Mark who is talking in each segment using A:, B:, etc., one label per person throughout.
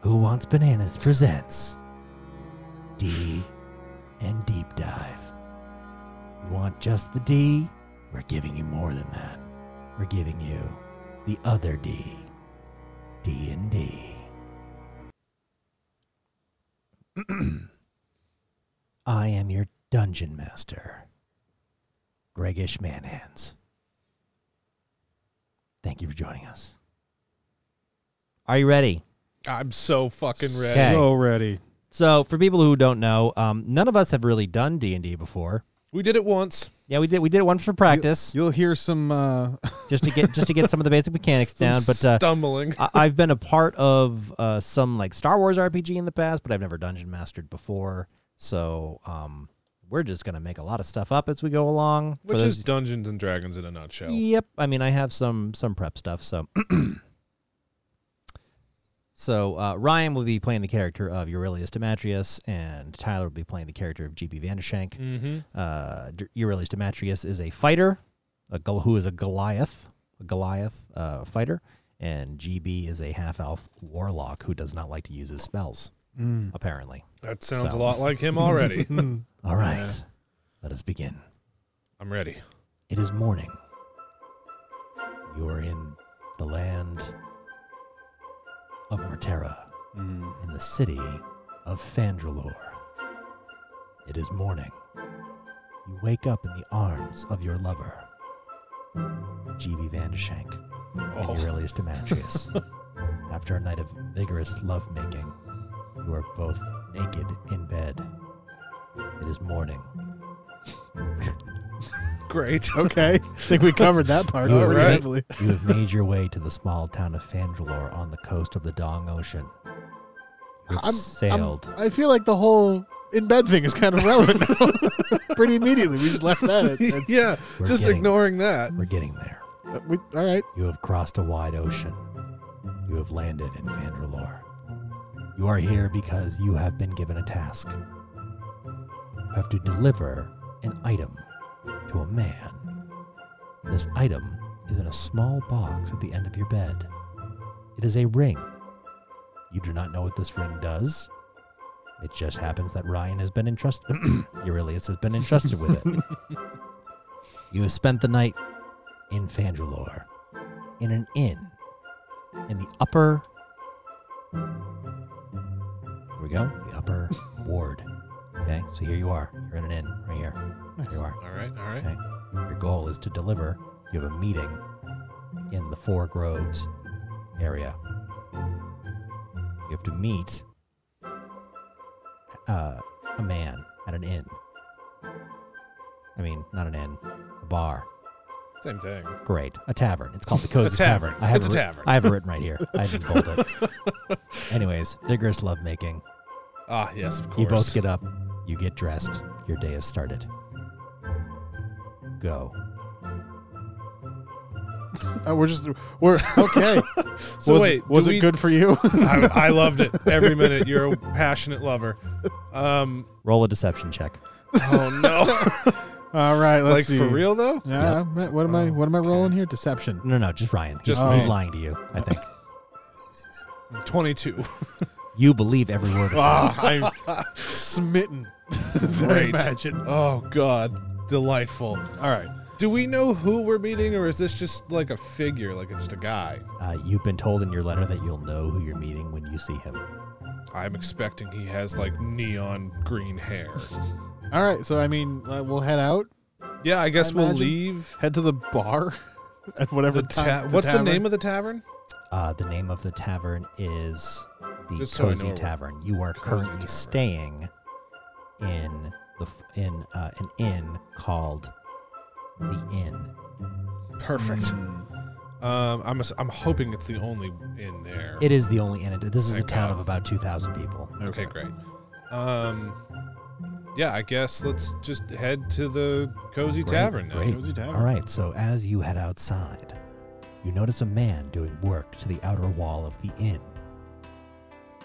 A: Who Wants Bananas presents D and Deep Dive. You want just the D? We're giving you more than that. We're giving you the other D. D and D. I am your dungeon master, Gregish Manhands. Thank you for joining us. Are you ready?
B: I'm so fucking ready.
A: Okay.
C: So ready.
A: So, for people who don't know, um, none of us have really done D and D before.
B: We did it once.
A: Yeah, we did. We did it once for practice,
C: You'll hear some. Uh,
A: just to get just to get some of the basic mechanics down. But uh,
B: Stumbling.
A: I, I've been a part of uh, some like Star Wars RPG in the past, but I've never dungeon mastered before. So um, we're just gonna make a lot of stuff up as we go along. For
B: Which
A: those-
B: is Dungeons and Dragons in a nutshell.
A: yep. I mean, I have some some prep stuff. So so uh, Ryan will be playing the character of Eurelius Demetrius, and Tyler will be playing the character of GP Vandershank.
B: Mm-hmm.
A: uh, D- Euryalus Demetrius is a fighter, a Gol- who is a Goliath, a Goliath uh, fighter, and GB is a half elf warlock who does not like to use his spells. Mm. Apparently.
B: That sounds
A: So.
B: a lot like him already.
A: All right, let us begin.
B: I'm ready.
A: It is morning. You are in the land of Merterra,
B: Mm.
A: in the city of Fandralor. It is morning. You wake up in the arms of your lover, G.B. Vandershank, and
B: Oh.
A: Aurelius Demetrius. After a night of vigorous lovemaking, you are both naked in bed. It is morning.
B: Great.
C: okay. I think we covered that part.
A: All
C: pretty
B: right.
C: heavily.
A: You have made your way to the small town of Fandrelor on the coast of the Dong Ocean. You have
C: I'm- I'm-
A: sailed.
C: I feel like the whole in bed thing is kind of relevant. now. pretty immediately, we just left that. At, at-
B: yeah,
A: We're
B: just
A: getting-
B: ignoring that.
A: We're getting there.
C: uh, we, all right.
A: You have crossed a wide ocean. You have landed in Vandralore. You are here because you have been given a task. You have to deliver an item to a man. This item is in a small box at the end of your bed. It is a ring. You do not know what this ring does. It just happens that Ryan has been entrusted. Eurelius has been entrusted with it. you have spent the night in Fandrelore in an inn in the upper. Here we go. The upper ward. Okay, so here you are. You're in an inn right here. Here you are.
B: All right, all right.
A: Okay. Your goal is to deliver. You have a meeting in the Four Groves area. You have to meet uh, a man at an inn. I mean, not an inn, a bar.
B: Same thing.
A: Great. A tavern. It's called the Cozy
B: tavern.
A: I have
B: It's
A: it
B: a
A: writ-
B: tavern.
A: I have it written right here. I haven't pulled it. Anyways, vigorous lovemaking.
B: Ah, yes, of course.
A: You both get up. You get dressed. Your day has started. Go.
C: Uh, we're just we're okay.
B: so
C: was,
B: wait,
C: was
B: do
C: it
B: we-
C: good for you?
B: I, I loved it every minute. You're a passionate lover. Um,
A: Roll a deception check.
B: oh no.
C: all right. Let's
B: like
C: see.
B: for real though?
C: Yeah. I'm- What am I? What am I rolling here? Deception.
A: No, no, just Ryan.
B: Just
A: he's, he's
B: Ryan.
A: lying to you. I think
B: Twenty-two.
A: you believe every word. Of it.
C: Ah, I'm smitten.
B: Great.
C: Imagine.
B: Oh god, delightful.
C: All right.
B: Do we know who we're meeting, or is this just like a figure, like it's just a guy?
A: Uh, you've been told in your letter that you'll know who you're meeting when you see him.
B: I'm expecting he has like neon green hair.
C: All right. So I mean, uh, we'll head out.
B: Yeah, I guess
C: I
B: we'll
C: imagine.
B: leave.
C: Head to the bar. At whatever
B: The ta-
C: time.
B: what's the name of the tavern?
A: Uh, the name of the tavern is the
B: Just so I
A: Cozy
B: know.
A: Tavern. You are
B: Cozy
A: currently
B: Tavern.
A: staying in the f- in uh, an inn called the Inn.
B: Perfect. Um, I'm ass- I'm hoping it's the only in there.
A: It is the only inn. This is a
B: Thank
A: town
B: God.
A: of about two thousand people.
B: okay, great. Um, yeah, I guess let's just head to the cozy
A: Great,
B: tavern. Now.
A: great.
C: Cozy Tavern.
A: All right. So as you head outside, you notice a man doing work to the outer wall of the inn.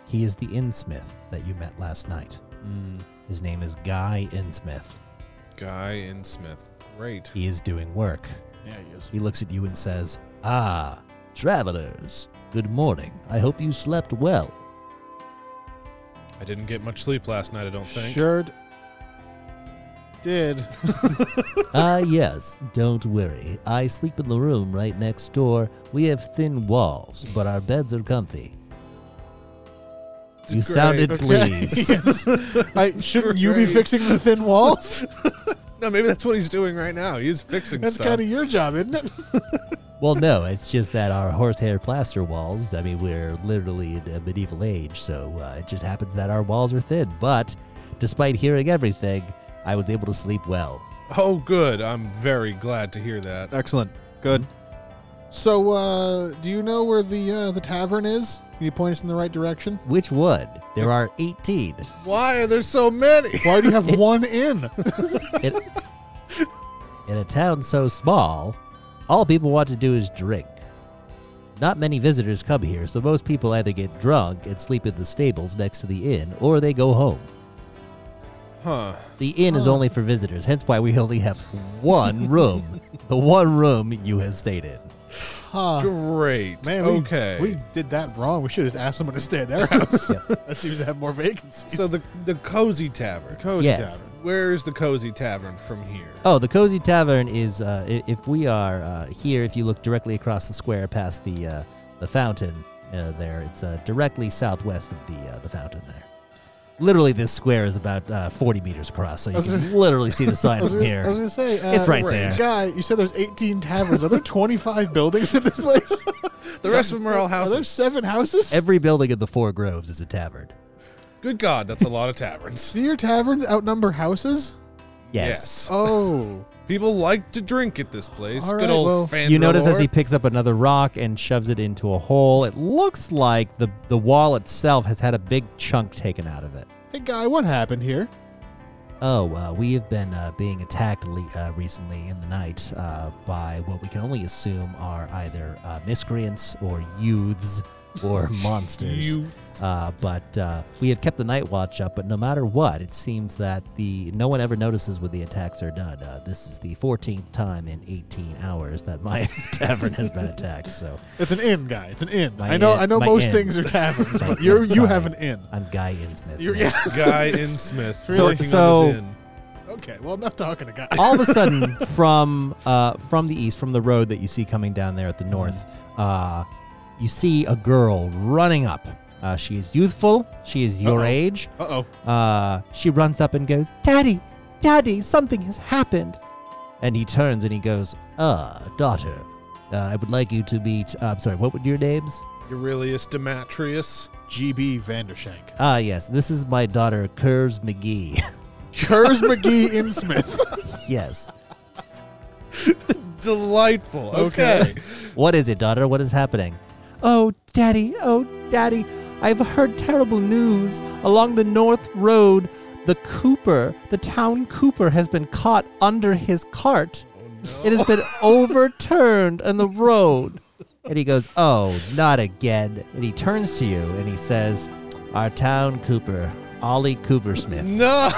A: He is the innsmith that you met last night.
B: Mm.
A: His name is Guy Innsmith.
B: Guy and Smith. Great.
A: He is doing work.
C: Yeah. Yes.
A: He looks at you and says, Ah, travelers, good morning. I hope you slept well.
B: I didn't get much sleep last night, I don't think.
C: Sure d- did.
A: Ah, yes, don't worry. I sleep in the room right next door. We have thin walls, but our beds are comfy.
B: It's
A: you
B: great.
A: sounded
C: okay.
A: pleased.
C: Yes. I, shouldn't you be
B: Great.
C: fixing the thin walls?
B: No, maybe that's what he's doing right now. He's fixing
C: That's
B: stuff.
C: kind of your job, isn't it?
A: well, no, it's just that our horsehair plaster walls, I mean, we're literally in a medieval age, so uh, it just happens that our walls are thin. But despite hearing everything, I was able to sleep well.
B: oh, good. I'm very glad to hear that.
C: Excellent. Good. So, uh, do you know where the uh, the tavern is? Can you point us in the right direction?
A: Which would? There are 18.
B: Why are there so many?
C: Why do you have one inn?
A: in, in a town so small, all people want to do is drink. Not many visitors come here, so most people either get drunk and sleep in the stables next to the inn, or they go home.
B: Huh.
A: The inn
C: Oh.
A: is only for visitors, hence why we only have one room. the one room you have stayed in.
C: Huh.
B: Great.
C: Uh, Man, we,
B: okay.
C: we did that wrong. We should have asked someone to stay at their house. That seems to have more vacancies.
B: so the the cozy tavern.
C: Cozy
A: Yes.
C: Tavern.
B: Where is the cozy tavern from here?
A: Oh, the Cozy Tavern is, uh, i- if we are uh, here, if you look directly across the square past the, uh, the fountain uh, there, it's uh, directly southwest of the, uh, the fountain there. Literally, this square is about uh, 40 meters across, so you
C: was
A: can literally see the
C: I
A: sign
C: was
A: from
C: gonna, I was
A: here.
C: gonna say uh,
A: It's right
B: Right.
A: there.
C: Guy, you said there's 18 taverns. Are there 25 buildings in this place?
B: The rest of them are all
C: Are there
B: houses.
C: seven houses?
A: Every building in the Four Groves is a tavern.
B: Good God, that's a lot of taverns.
C: Do your taverns outnumber houses?
A: Yes.
C: Oh,
B: People like to drink at this place.
C: All
B: Good
C: right,
B: old
C: well-
B: fan.
A: You notice as he picks up another rock and shoves it into a hole, it looks like the, the wall itself has had a big chunk taken out of it.
C: hey guy, what happened here?
A: Oh, uh, we have been uh, being attacked le- uh, recently in the night uh, by what we can only assume are either uh, miscreants or youths or monsters.
B: You
A: Uh, but uh, we have kept the night watch up. But no matter what, it seems that the no one ever notices when the attacks are done. Uh, this is the 14th time in 18 hours that my tavern has been attacked. So
C: It's an inn, guy. It's an inn.
A: My
C: I know.
A: inn-
C: I know
A: my
C: most
A: inn.
C: things are taverns,
A: My
C: but
A: inn,
C: you you
A: sorry.
C: have an inn.
A: I'm Guy Insmith.
C: You're, yeah.
B: guy in Smith
C: So-
B: working
A: so-
B: on his inn.
C: Okay. Well, enough talking to guy.
A: all of a sudden from uh, from the east from the road that you see coming down there at the north
C: Mm-hmm.
A: uh, you see a girl running up uh, she is youthful she is your
C: Uh-oh.
A: age
C: Uh oh.
A: uh, she runs up and goes daddy daddy something has happened and he turns and he goes ah daughter uh, i would like you to meet uh, i'm sorry what were your names
B: Aurelius Demetrius.
C: GB Vandershank.
A: ah yes this is my daughter curves mcgee
C: Kurz McGee Insmith.
A: yes
B: Delightful. Okay.
A: What is it, daughter? What is happening? Oh, daddy, oh, daddy, I've heard terrible news. Along the North Road, the Cooper, the town Cooper, has been caught under his cart. It has been overturned on the road. And he goes, Oh, not again. And he turns to you and he says, Our town Cooper, Ollie Coopersmith,
B: no.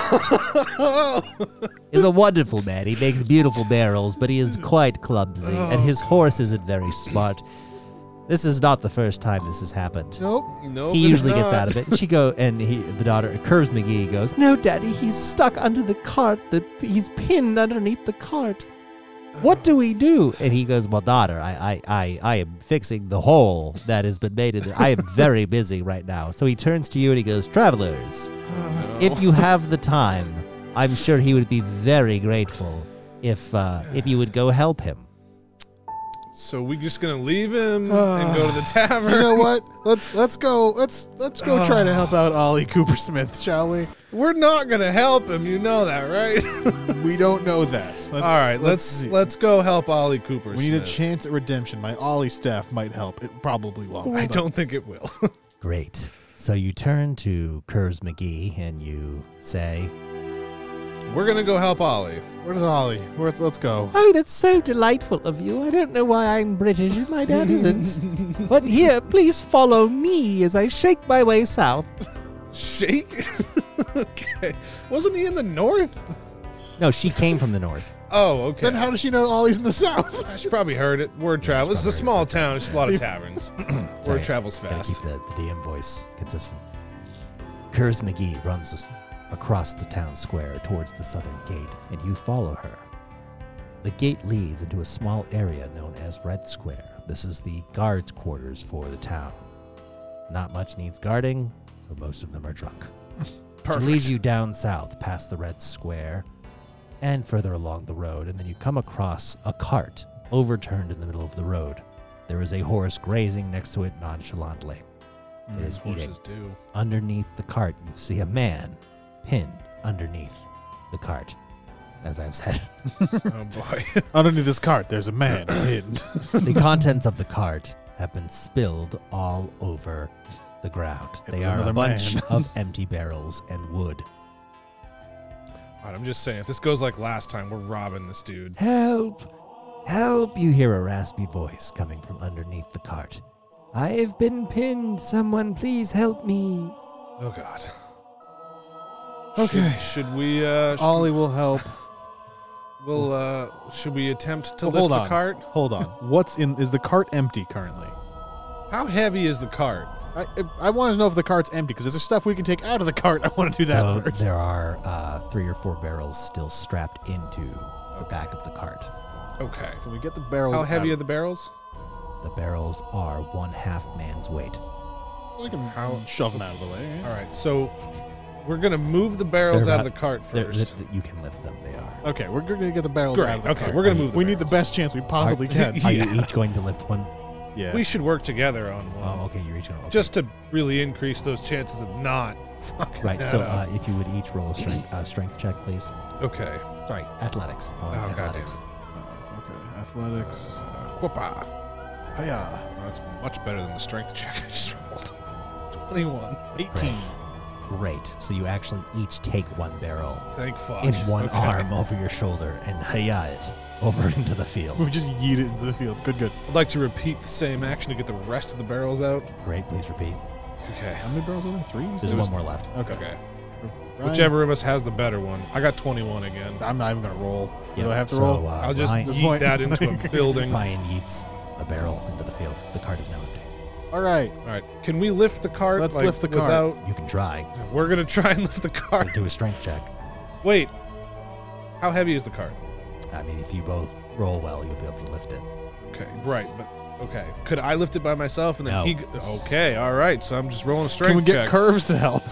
A: is a wonderful man. He makes beautiful barrels, but he is quite clumsy, and his horse isn't very smart. This is not the first time this has happened.
C: Nope.
B: no.
A: he usually gets out of it. And she go and he, the daughter curves McGee goes, "No, daddy, he's stuck under the cart. The he's pinned underneath the cart. What do we do?" And he goes, "Well, daughter, I I I, I am fixing the hole that has been made in the I am very busy right now." So he turns to you and he goes, "Travelers, if you have the time, I'm sure he would be very grateful if uh, if you would go help him."
B: So we just gonna leave him and go to the tavern.
C: You know what? Let's let's go. Let's let's go try to help out Ollie Cooper Smith, shall we?
B: We're not gonna help him. You know that, right?
C: We don't know that. Let's,
B: All right. Let's
C: see.
B: let's go help Ollie Cooper.
C: We need a
B: Smith.
C: chance at redemption. My Ollie staff might help. It probably won't.
B: I
C: Hold on.
B: don't think it will.
A: Great. So you turn to Curves McGee and you say,
B: We're gonna go help Ollie.
C: Where's Ollie? Where's, let's go.
A: Oh, that's so delightful of you. I don't know why I'm British and my dad isn't. but here, please follow me as I shake my way south.
B: Shake. okay. Wasn't he in the north?
A: No, she came from the north.
B: Oh, okay.
C: Then how does she know Ollie's in the south?
B: I should probably heard it. Word travel. This is a small town. It's just a lot of taverns.
A: Sorry,
B: Word travels
A: Gotta keep
B: fast.
A: the, the DM voice consistent. Kurz McGee runs across the town square towards the southern gate, and you follow her. The gate leads into a small area known as Red Square. This is the guards' quarters for the town. Not much needs guarding, so most of them are drunk. She leads you down south past the Red Square and further along the road, and then you come across a cart overturned in the middle of the road. There is a horse grazing next to it nonchalantly. It
C: Mm,
A: is eating.
B: Horses do.
A: Underneath the cart, you see a man pinned underneath the cart. As I've said,
B: Oh boy.
C: Underneath this cart, there's a man hidden.
A: the contents of the cart have been spilled all over the ground.
C: It
A: They
C: was
A: are a
C: another
A: bunch
C: man.
A: of empty barrels and wood.
B: Alright, I'm just saying, if this goes like last time, we're robbing this dude.
A: Help! Help! You hear a raspy voice coming from underneath the cart. I have been pinned. Someone, please help me.
B: Oh god.
C: Okay.
B: Should, should we uh sh-
C: Ollie will help.
B: will uh should we attempt to
C: Well,
B: lift
C: hold
B: the
C: on.
B: cart?
C: Hold on. What's in? Is the cart empty currently?
B: How heavy is the cart?
C: I I want to know if the cart's empty because if there's stuff we can take out of the cart, I want to do
A: so
C: that first.
A: there are uh, three or four barrels still strapped into the back of the cart.
B: Okay.
C: Can we get the barrels?
B: How heavy are
C: out?
B: the barrels?
A: The barrels are one half man's weight.
C: I can
B: How-
C: shove them out of the way. eh? right?
B: Alright, so we're gonna move the barrels
A: They're
B: out of the
A: not-
B: cart
A: They're-
B: first.
A: th- you can lift them. They are.
C: Okay, we're gonna get the barrels out
B: Great.
C: of the
B: Okay,
C: cart.
B: we're gonna move the
C: we need the
B: barrels.
C: best chance we possibly can.
A: Are
B: Yeah.
A: you each going to lift one?
C: yeah.
B: We should work together on one.
A: Oh, okay. You're each going. Okay.
B: Just to really increase those chances of not fucking
A: right.
B: that
A: So uh,
B: up.
A: if you would each roll a strength, uh, strength check, please.
B: okay.
A: Sorry, athletics. I want
B: Oh, goddamn.
A: athletics.
C: Uh, okay, athletics.
B: Uh, whoopah.
C: Uh, Hiya.
B: Well, that's much better than the strength check I just rolled. 21. 18.
A: Great. So you actually each take one barrel
B: Thank fuck.
A: in one
B: Okay.
A: arm over your shoulder and hiya it over into the
C: We
A: field.
C: just yeet it into the field. Good, good.
B: I'd like to repeat the same action to get the rest of the barrels out.
A: Great. Please repeat.
B: Okay.
C: How many barrels are there? Three. you
A: There's
C: said?
A: one more left.
C: Okay.
B: Okay.
C: Ryan,
B: Whichever of us has the better one. I got 21 again.
C: I'm not even gonna roll.
A: Yep,
C: Do I have to
A: so,
C: roll?
A: Uh,
B: I'll just
A: Ryan,
C: Ah, Good
B: yeet
C: point.
B: that into a building. All
A: Ryan yeets a barrel into the field. The cart is now empty.
C: All right.
B: right. Can we lift the cart?
C: Let's
B: like,
C: lift the cart.
B: Without...
A: You can try.
B: We're going to try and lift the
A: Or
B: cart.
A: do a strength check.
B: Wait. How heavy is the cart?
A: I mean, if you both roll well, you'll be able to lift it.
B: Okay. Right. But okay. Could I lift it by myself and then
A: No.
B: he. g- Okay. All right. So I'm just rolling a strength
C: Can we get
B: check.
C: curves to help?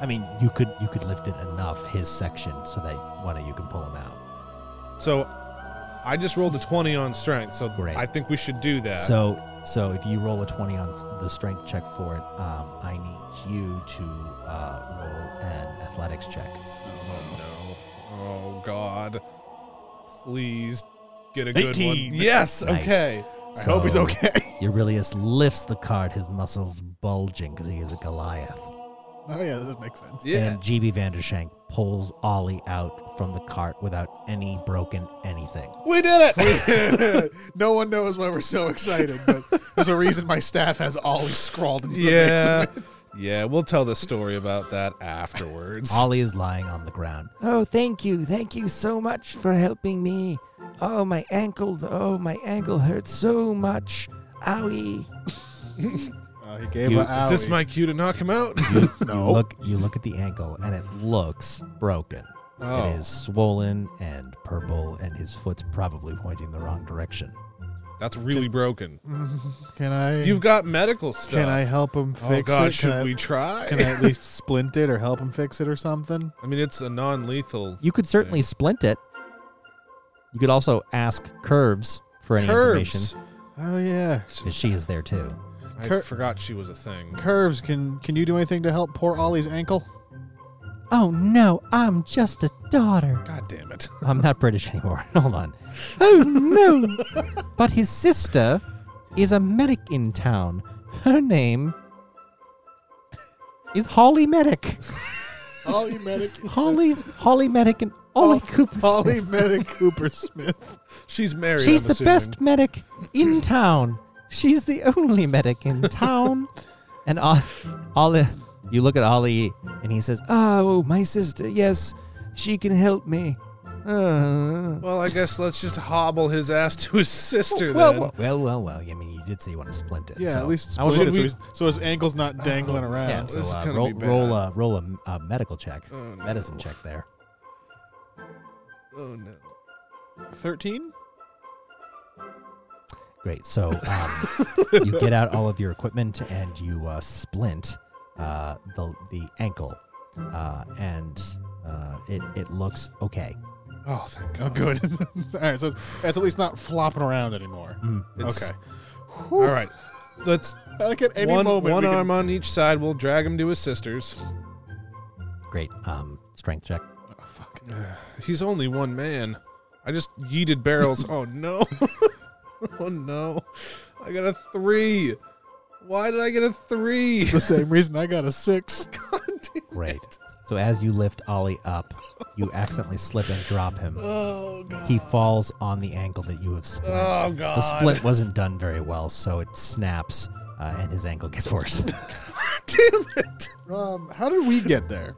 A: I mean, you could you could lift it enough his section so that one of you can pull him out.
B: so I just rolled a 20 on strength. So
A: Great.
B: I think we should do that.
A: So so if you roll a twenty on s- the strength check for it, um, I need you to uh, roll an athletics check.
B: Oh no. Oh god. Please get a good
C: 18.
B: one. Yes,
A: Nice.
B: okay.
C: I hope he's
A: So
C: okay.
A: Eurylius lifts the cart, his muscles bulging because he is a Goliath.
C: oh yeah, that makes sense.
B: Yeah.
A: And GB Vandershank pulls Ollie out from the cart without any broken anything.
B: We did it!
C: no one knows why we're so excited, but there's a reason my staff has always scrawled into the
B: yeah. Yeah, we'll tell the story about that afterwards.
A: Ollie is lying on the ground. Oh, thank you. Thank you so much for helping me. Oh, my ankle. Oh, my ankle hurts so much. Owie.
C: Uh, he gave
A: You-
C: a
B: Is this
C: owie.
B: my cue to knock him out?
A: You
C: no?
A: look you look at the ankle and it looks broken.
B: Oh.
A: It is swollen and purple and his foot's probably pointing the wrong direction.
B: That's really broken.
C: Can I?
B: You've got medical stuff.
C: Hmm. can I help him fix
B: oh god,
C: it?
B: should
C: can I,
B: we try?
C: Can I at least splint it or help him fix it or something?
B: I mean it's a non lethal
A: You could certainly splint it. You could also ask Curves for any
B: curves.
A: information
C: Oh yeah,
A: because she is there too.
B: I
C: Cur-
B: forgot she was a thing.
C: curves. Can can you do anything to help poor Ollie's ankle?
A: Oh no, I'm just a daughter.
B: God damn it.
A: I'm not British anymore. Hold on. Oh no! but his sister is a medic in town. Her name is Holly Medic.
C: Ollie medic.
A: Holly's Holly Medic and Ollie Cooper. Smith.
C: Ollie medic Cooper Smith.
B: She's married.
A: She's
B: I'm
A: the
B: assuming.
A: best medic in town. She's the only medic in town. and Ol- Ollie, you look at Ollie and he says, "Oh, my sister. Yes, she can help me. Uh,
B: Well, I guess let's just hobble his ass to his sister
A: well,
B: then.
A: well, well, well, well. I mean, you did say you want to splint it.
C: Yeah,
A: so.
C: at least
A: I will
C: split
A: go-
C: it so, his, so his ankle's not dangling around.
A: Yeah, so
B: this is
A: uh,
B: gonna
A: roll,
B: be
A: roll
B: bad.
A: a roll a, a medical check,
B: Oh, no.
A: medicine check there.
B: Oh no.
C: 13?
A: Great. So um, you get out all of your equipment and you uh, splint uh, the the ankle, uh, and uh, it it looks okay.
B: Oh, thank
C: Oh,
B: God.
C: good. All right, so it's, it's at least not flopping around anymore.
B: It's-
C: okay.
B: All right. Let's
C: Like at any
B: one,
C: moment,
B: one
C: we can-
B: arm on each side. We'll drag him to his sister's.
A: Great. Um, strength check.
C: Oh, fuck.
B: He's only one man. I just yeeted barrels. oh no. oh no. I got a three. Why did I get a three?
C: The same reason I got a six.
B: God damn.
A: Great. So as you lift Ollie up, you accidentally slip and drop him.
B: Oh god.
A: He falls on the ankle that you have splint.
B: Oh god.
A: the splint wasn't done very well, so it snaps, uh, and his ankle gets worse.
B: Damn it.
C: Um, how did we get there?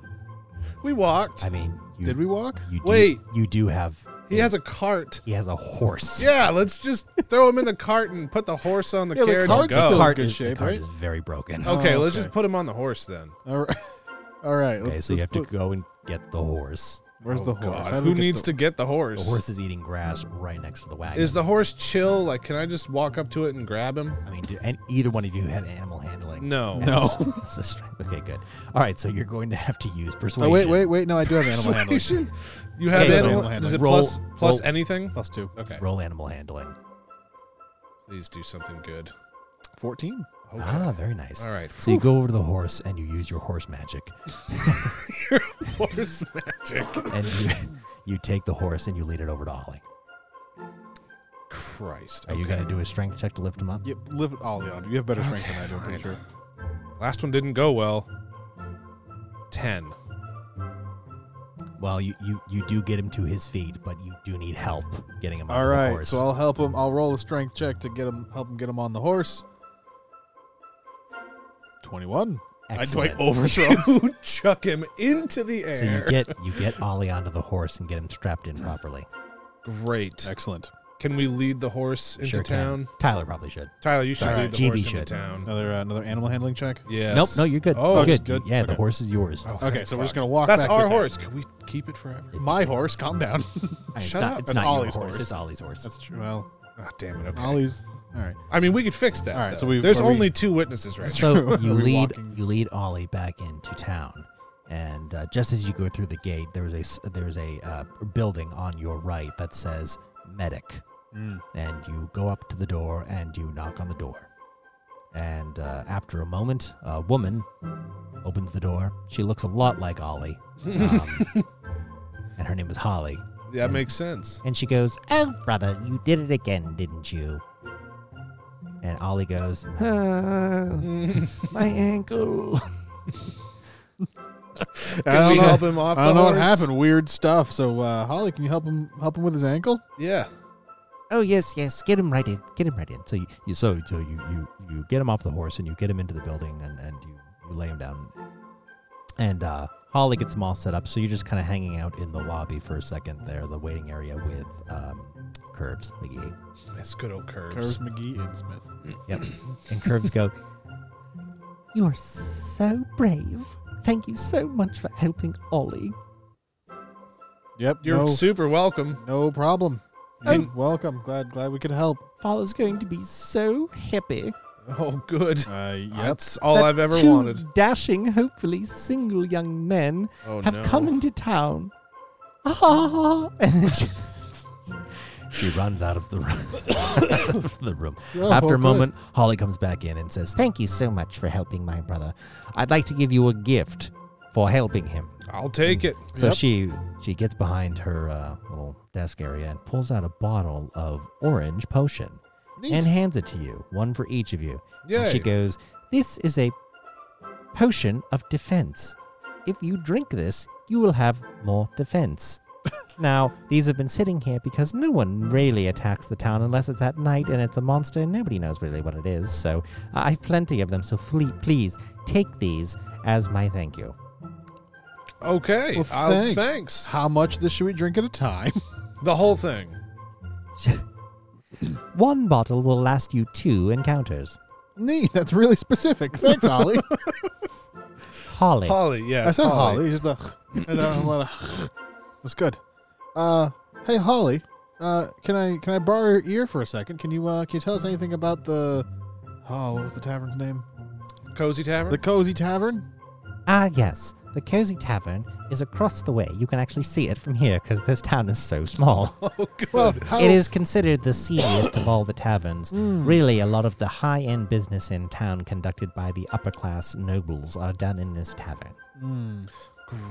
B: We walked.
A: I mean, you,
C: Did we walk?
A: You do,
B: Wait.
A: you do have.
B: he has a cart.
A: He has a horse.
B: Yeah, let's just throw him in the cart and put the horse on the
C: Yeah, the
B: carriage and
C: cart's
B: go.
C: still-
A: cart
C: good
A: is, the
C: shape,
A: cart
C: right?
A: is very broken.
B: Okay,
C: Oh,
B: let's
C: okay.
B: just put him on the horse then.
C: All right. All right.
A: Okay,
C: let's-
A: so you have
C: let's
A: to
C: put-
A: go and get the horse.
C: Where's
B: Oh,
C: the horse?
B: God,
C: How do we
B: Who
C: get
B: needs
C: the-
B: to get the
A: The
B: horse?
A: horse is eating grass right next to the wagon.
B: Is the horse chill? Like, can I just walk up to it and grab him?
A: I mean, do and either one of you have animal handling?
B: No.
A: That's a- that's a strength. Okay, good. All right, so you're going to have to use
C: Oh
A: persuasion.
C: wait, wait, wait! No, I do have animal handling.
B: Persuasion? You have
A: Okay, so-
B: animal.
C: Animal
B: Is it
A: handling.
B: plus
A: Roll-
B: plus
A: roll-
B: anything?
C: Plus two.
B: Okay.
A: Roll animal handling.
B: Please do something good.
C: Fourteen.
B: Okay.
A: Ah, very nice.
B: All right.
A: So you go over to the horse and you use your horse magic,
B: Horse magic.
A: and you, you take the horse and you lead it over to Ollie.
B: Christ.
A: Are you
B: okay.
A: going to do a strength check to lift him up?
C: Yep. Live it all on. You have better strength
B: Okay,
C: than I do. I'm pretty
B: fine.
C: sure.
B: Last one didn't go well. Ten.
A: Well, you, you you do get him to his feet, but you do need help getting him.
C: All
A: onto the
C: right.
A: horse.
C: So I'll help him. I'll roll a strength check to get him. Help him get him on the horse. Twenty-one.
A: Excellent.
C: I do I overthrow.
B: You chuck him into the air.
A: So you get you get Ollie onto the horse and get him strapped in properly.
B: Great.
C: Excellent.
B: Can we lead the horse into
A: Sure can.
B: town?
A: Tyler probably should.
B: Tyler, you should
C: Sorry,
B: lead the
A: GB
B: horse
A: should.
B: into town.
C: Another uh, another animal handling check.
B: Yes.
A: Nope, no, you're good.
B: Oh,
A: you're
B: it's
A: good.
C: good?
A: Yeah, the
C: Okay.
A: horse is yours.
B: Oh,
C: Okay,
B: thank
C: so we're just
B: fuck.
C: gonna walk.
B: That's
C: back
B: our
C: this way.
B: horse. Can we keep it forever?
C: My horse. Calm down.
A: it's
B: shut
A: not,
B: up.
A: It's
B: That's
A: not your
C: Ollie's
A: horse.
C: horse.
A: It's Ollie's horse.
C: That's true. Well,
B: Ah, damn it. Okay.
C: Ollie's. All right.
B: I mean, we could fix that.
C: All right,
B: though.
C: so we-
B: There's
C: are we-
B: only two witnesses right now.
A: so you
C: Are we
A: lead
C: walking?
A: you lead Ollie back into town, and uh, just as you go through the gate, there is a s- there is a uh, building on your right that says medic,
C: Mm.
A: and you go up to the door and you knock on the door, and uh, after a moment, a woman opens the door. She looks a lot like Ollie, um, and her name is Holly.
B: That makes sense.
A: And she goes, Oh, brother, you did it again, didn't you? And Ollie goes, "Ah, My ankle.
C: I
B: Can
C: don't
B: we
C: know.
B: help him off?
C: I don't
B: the
C: know what
B: horse?
C: happened. Weird stuff. So uh, Holly, can you help him help him with his ankle?
B: Yeah.
A: Oh, yes, yes. Get him right in. Get him right in. So you, you so, so you, you, you get him off the horse and you get him into the building and, and you, you lay him down. And uh, Holly gets him all set up. So you're just kind of hanging out in the lobby for a second there, the waiting area with um, Curbs, McGee.
B: That's good old curves.
C: Curves McGee and Smith.
A: Yep. and Curbs go, You are so brave. Thank you so much for helping Ollie.
C: Yep.
B: You're
C: no,
B: super welcome.
C: no problem.
B: Can-
C: You're welcome. Glad glad we could help.
A: Father's going to be so happy.
B: Oh, good.
C: Uh, yep.
B: That's all
A: that
B: I've ever
A: two
B: wanted.
A: Dashing, hopefully single young men
B: Oh
A: have
B: no.
A: come into town. Ah! And then she, she runs out of the room. out of the room.
C: Oh,
A: After
C: well,
A: a moment, Holly comes back in and says, "Thank you so much for helping my brother. I'd like to give you a gift for helping him."
B: I'll take it.
A: So
C: Yep.
A: she she gets behind her uh, little desk area and pulls out a bottle of orange potion
C: good. Neat.
A: and hands it to you, one for each of you.
B: Yeah.
A: And she goes, This is a potion of defense. If you drink this, you will have more defense. now, these have been sitting here because no one really attacks the town unless it's at night and it's a monster and nobody knows really what it is. So I have plenty of them. So fle- please take these as my thank you.
B: Okay.
C: Well,
B: I'll-
C: thanks.
B: oh, thanks.
C: How much of this should we drink at a time?
B: The whole thing.
A: One bottle will last you two encounters.
C: Neat. That's really specific. Thanks, Ollie.
A: Holly.
B: Holly, yeah.
C: I said
B: Holly.
C: Holly. Just a, and a, what a- that's good. Uh, hey Holly, uh, can I can I borrow your ear for a second? Can you uh, can you tell us anything about the oh what was the tavern's name?
B: Cozy Tavern.
C: The Cozy Tavern.
A: Ah, yes. The Cozy Tavern is across the way. You can actually see it from here because this town is so small.
B: oh, good.
C: Well, how,
A: It is considered the seediest of all the taverns. Really, a lot of the high end business in town conducted by the upper class nobles are done in this tavern.
C: Hmm.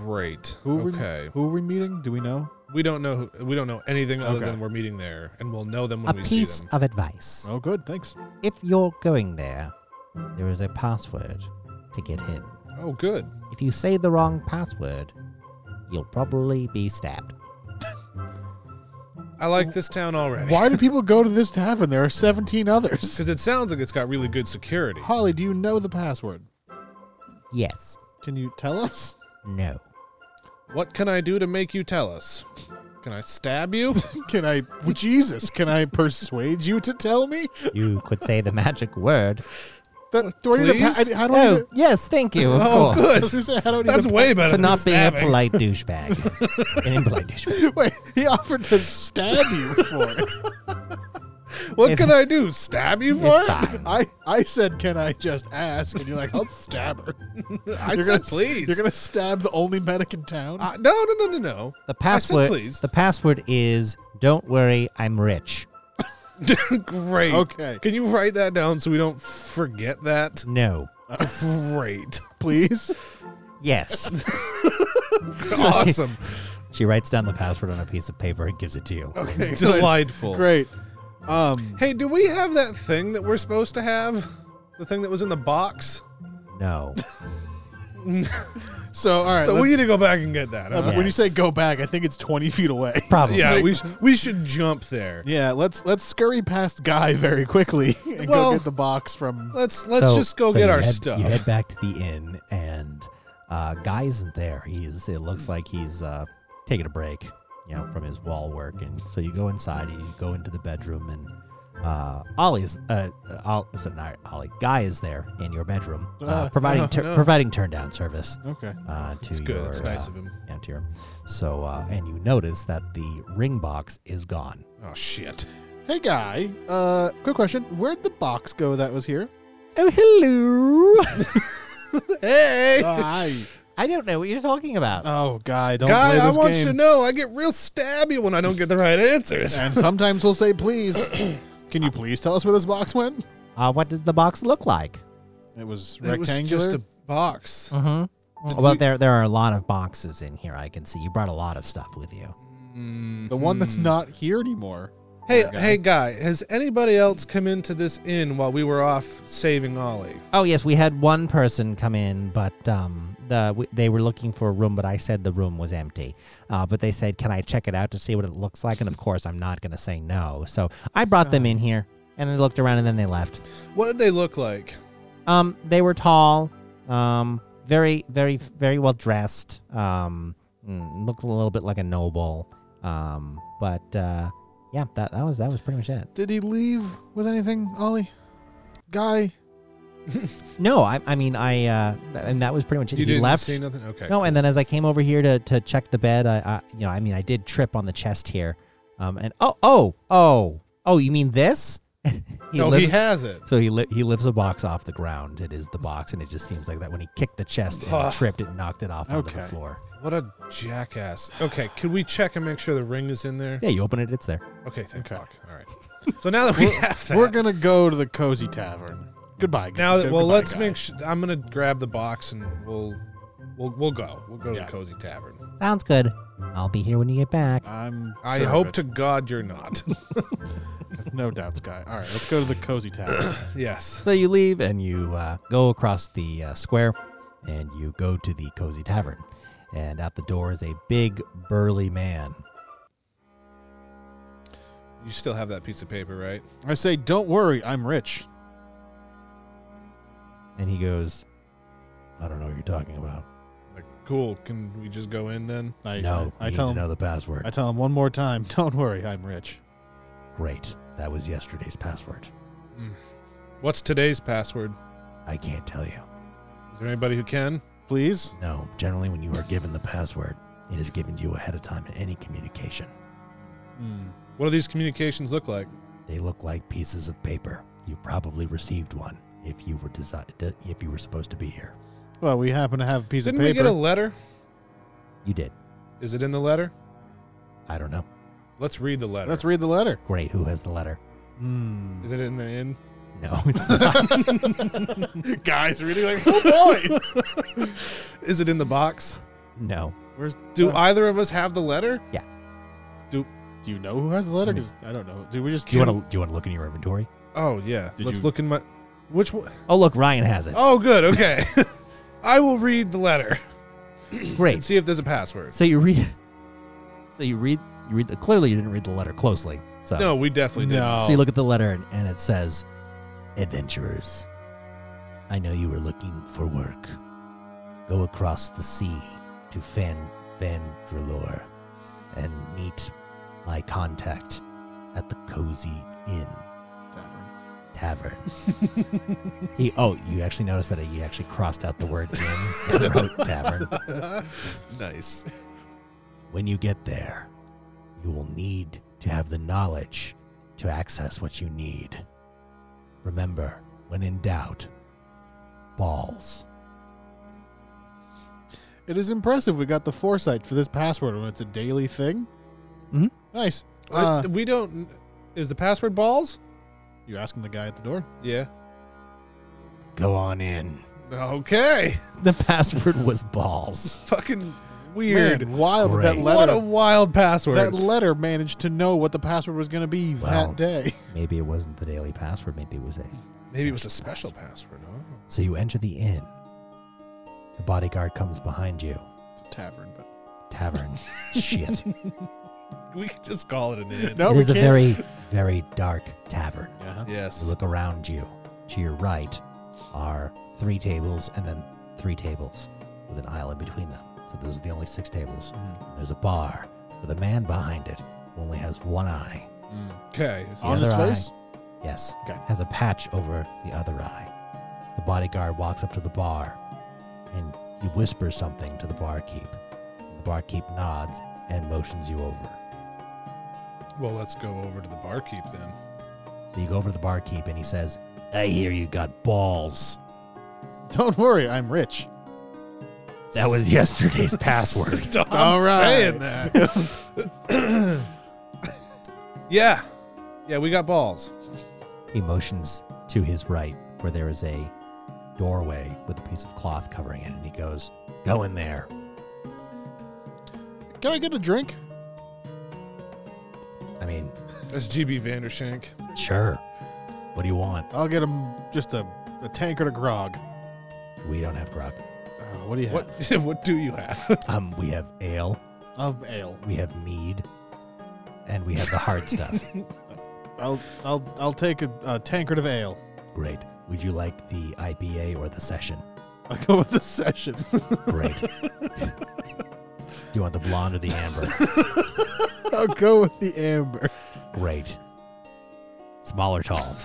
B: Great.
C: who are
B: okay.
C: we, who are we meeting? Do we know?
B: We don't know. Who, we don't know anything other
C: Okay.
B: than we're meeting there, and we'll know them
A: A
B: when we see
A: piece
B: them.
A: of advice
C: Oh, good. Thanks.
A: if you're going there, there is a password to get in.
B: Oh, good.
A: If you say the wrong password, you'll probably be stabbed.
B: I like this town already.
C: Why do people go to this tavern? There are seventeen others.
B: Because it sounds like it's got really good security.
C: Holly, do you know the password?
A: Yes.
C: Can you tell us?
A: No.
B: What can I do to make you tell us? Can I stab you?
C: Can I? Jesus, can I persuade you to tell me?
A: You could say the magic word.
C: That, do I need a pa-
B: Please?
C: I- how do I? need
A: Oh,
C: a-
A: yes, thank you, of course.
B: Oh,
C: I
B: good.
C: was gonna say, how do I need
B: That's
C: a-
B: way better
A: For
B: than
A: not being a
B: stabbing.
A: polite douchebag. An impolite douchebag.
C: Wait, he offered to stab you for it.
B: What
A: It's-
B: can I do? Stab you for
A: It's
B: it?
A: fine.
C: I, I said, can I just ask? And you're like, I'll stab her.
B: I
C: you're
B: said
C: gonna,
B: please.
C: You're gonna stab the only medic in town.
B: Uh, no, no, no, no, no.
A: The
B: I said
A: password
B: please.
A: the password is don't worry, I'm rich.
B: Great.
C: Okay.
B: Can you write that down so we don't forget that?
A: No.
B: Great.
C: Uh, Please.
A: Yes. she-
B: awesome.
A: she writes down the password on a piece of paper and gives it to you.
C: Okay. good.
B: Delightful.
C: Great. Um.
B: Hey, do we have that thing that we're supposed to have? The thing that was in the box?
A: No.
C: So all right.
B: so
C: let's-
B: we need to go back and get that.
C: uh,
B: huh?
C: When you
A: Yes.
C: say go back, I think it's 20 feet away.
A: Probably.
B: Yeah, we, sh- we should jump there.
C: Yeah. Let's let's scurry past Guy very quickly and
B: Well-
C: go get the box from.
B: Let's let's
A: So-
B: just go
A: so
B: get
A: you
B: our
A: head-
B: stuff.
A: You head back to the inn, and uh, Guy isn't there. He's. It looks like he's uh, taking a break, you know, from his wall work. And so you go inside. You go into the bedroom, and uh, Ollie's. Uh, Oll, sorry, not Ollie. Guy is there in your bedroom, uh,
C: Ah,
A: providing
B: oh,
A: tur-
B: no.
A: providing turn down service
C: Okay.
A: uh, to
B: it's good.
A: your.
B: it's nice
A: uh,
B: of him.
A: yeah, to your- So uh, and you notice that the ring box is gone.
B: Oh shit.
C: Hey, Guy. Uh, quick question. Where'd the box go that was here?
A: Oh hello!
B: Hey,
C: Guy.
A: I don't know what you're talking about.
C: Oh, Guy. Don't play
B: guy,
C: this
B: I want
C: game.
B: you to know I get real stabby when I don't get the right answers.
C: and sometimes we'll say please. Can you please tell us where this box went?
A: Uh, what does the box look like?
C: It was
B: It was
C: rectangular.
B: just a
C: Oh.
B: box.
C: Uh-huh.
A: Mm-hmm. Well, there there are a lot of boxes in here. I can see you brought a lot of stuff with you.
B: Mm.
C: the one that's not here anymore.
B: Hey,
C: guy.
B: hey, guy, has anybody else come into this inn while we were off saving Ollie?
A: Oh yes, we had one person come in, but um, the w- they were looking for a room, but I said the room was empty. Uh, but they said, "Can I check it out to see what it looks like?" And of course, I'm not going to say no. So I brought them in here, and they looked around, and then they left.
B: What did they look like?
A: Um, they were tall, um, very very very well dressed. Um, mm, looked a little bit like a noble. Um, but uh, yeah, that that was that was pretty much it.
C: Did he leave with anything, Ollie? Guy.
A: No, I, I mean, I, uh, and that was pretty much it.
B: You
A: he
B: didn't
A: left.
B: see nothing. Okay.
A: no, and then as I came over here to, to check the bed, I, I, you know, I mean, I did trip on the chest here. Um, and oh, oh, oh, oh, you mean this? he
B: no,
A: lives,
B: he has it.
A: so he li- he lifts a box off the ground. It is the box, and it just seems like that when he kicked the chest and
B: Ugh.
A: it tripped, it knocked it off onto the
C: Okay.
A: floor.
B: What a jackass. Okay, could we check and make sure the ring is in there?
A: Yeah, you open it, it's there.
B: Okay, thank
C: Okay.
B: fuck. All right. So now that we have that,
C: We're gonna go to the cozy tavern. Goodbye. Guy.
B: now that
C: Good-
B: well,
C: goodbye,
B: let's
C: Guy.
B: make sure. I'm gonna grab the box and we'll we'll we'll go. We'll go to
C: Yeah.
B: the cozy tavern.
A: Sounds good. I'll be here when you get back.
C: I'm.
B: I
C: sure of
B: hope
C: it.
B: to God you're not.
C: No doubts, Guy. All right, let's go to the cozy tavern.
B: yes.
A: So you leave and you uh, go across the uh, square and you go to the Cozy Tavern. And out the door is a big, burly man.
B: You still have that piece of paper, right?
C: I say, don't worry, I'm rich.
A: And he goes, I don't know what you're talking about.
B: Like, Cool. Can we just go in then?
C: I,
A: no,
C: I,
A: you
C: tell
A: need
C: him.
A: to know the password.
C: I tell him one more time. Don't worry, I'm rich.
A: Great. That was yesterday's password.
B: What's today's password?
A: I can't tell you.
B: Is there anybody who can?
C: Please.
A: No, generally, when you are given the password, it is given to you ahead of time in any communication.
C: Hmm.
B: What do these communications look like?
A: They look like pieces of paper. You probably received one if you were desi- de- if you were supposed to be here.
C: Well, we happen to have a piece
B: Didn't
C: of
B: we
C: paper.
B: get a letter?
A: You did.
B: Is it in the letter?
A: I don't know.
B: Let's read the letter.
C: Let's read the letter.
A: Great. Who has the letter?
C: Hmm.
B: Is it in the inn?
A: No, it's not.
B: Guys, reading like, oh boy. Is it in the box?
A: no.
C: Where's?
B: Do
C: uh,
B: either of us have the letter?
C: do you know who has the
B: Hmm.
C: letter? 'Cause I don't know. Do we just?
A: Do you want to? Do you want to look in your inventory?
B: Oh yeah.
C: Did
B: Let's
C: you-
B: look in my. Which one?
A: Oh, look, Ryan has it.
B: Oh, good. Okay. I will read the letter and
A: Great.
B: see if there's a password.
A: So you read. So you read. You read. The, clearly, you didn't read the letter closely. So
B: No, we definitely didn't.
C: No.
A: So you look at the letter and, and it says, Adventurers, I know you were looking for work. Go across the sea to Fan Vandrelor and meet my contact at the Cozy Inn Tavern. he oh, you actually noticed that he actually crossed out the word inn and wrote tavern.
B: nice.
A: When you get there, you will need to have the knowledge to access what you need. Remember, when in doubt, balls.
C: It is impressive. We got the foresight for this password when it's a daily thing.
B: Mm-hmm.
A: Mhm.
C: Nice. Uh,
B: Uh, we don't. Is the password balls?
C: you asking the guy at the door?
B: Yeah.
A: Go on in.
B: Okay.
A: The password was balls.
B: Fucking weird.
C: Man, wild that
A: Great.
B: what
C: letter.
B: a wild password.
C: that letter managed to know what the password was going to be
A: Wow.
C: that day.
A: Maybe it wasn't the daily password, maybe it was a.
B: Maybe it was a special password. Oh.
A: So you enter the inn. The bodyguard comes behind you.
C: It's a tavern, but
A: Tavern. Shit.
B: We could just call it an inn.
C: no,
A: it
C: we
A: is a
C: can't.
A: very, very dark tavern.
C: Uh-huh.
A: You
B: Yes.
A: look around you. To your right are three tables and then three tables with an aisle in between them. So those are the only six tables. There's a bar with a man behind it who only has one eye.
B: Okay.
C: On
A: The
C: his
A: other
C: face.
A: Yes.
C: Okay.
A: Has a patch over the other eye. The bodyguard walks up to the bar and he whispers something to the barkeep. The barkeep nods and motions you over.
B: Well, let's go over to the barkeep then.
A: So you go over to the barkeep and he says, I hear you got balls.
C: Don't worry, I'm rich.
A: That was yesterday's password.
B: Stop
C: All right.
B: saying that. yeah. Yeah, we got balls.
A: He motions to his right, where there is a doorway with a piece of cloth covering it, and he goes, Go in there.
C: Can I get a drink?
A: I mean,
B: That's GB Vandershank.
A: sure. What do you want?
C: I'll get him just a, a tankard of grog.
A: We don't have grog.
C: Uh, what do you have?
B: What what do you have?
A: Um, we have ale,
C: I'll have ale.
A: we have mead, and we have the hard stuff.
C: I'll I'll I'll take a, a tankard of ale.
A: Great. Would you like the IPA or the session?
C: I'll go with the session.
A: Great. do you want the blonde or the amber?
C: I'll go with the amber.
A: Great. Small or tall?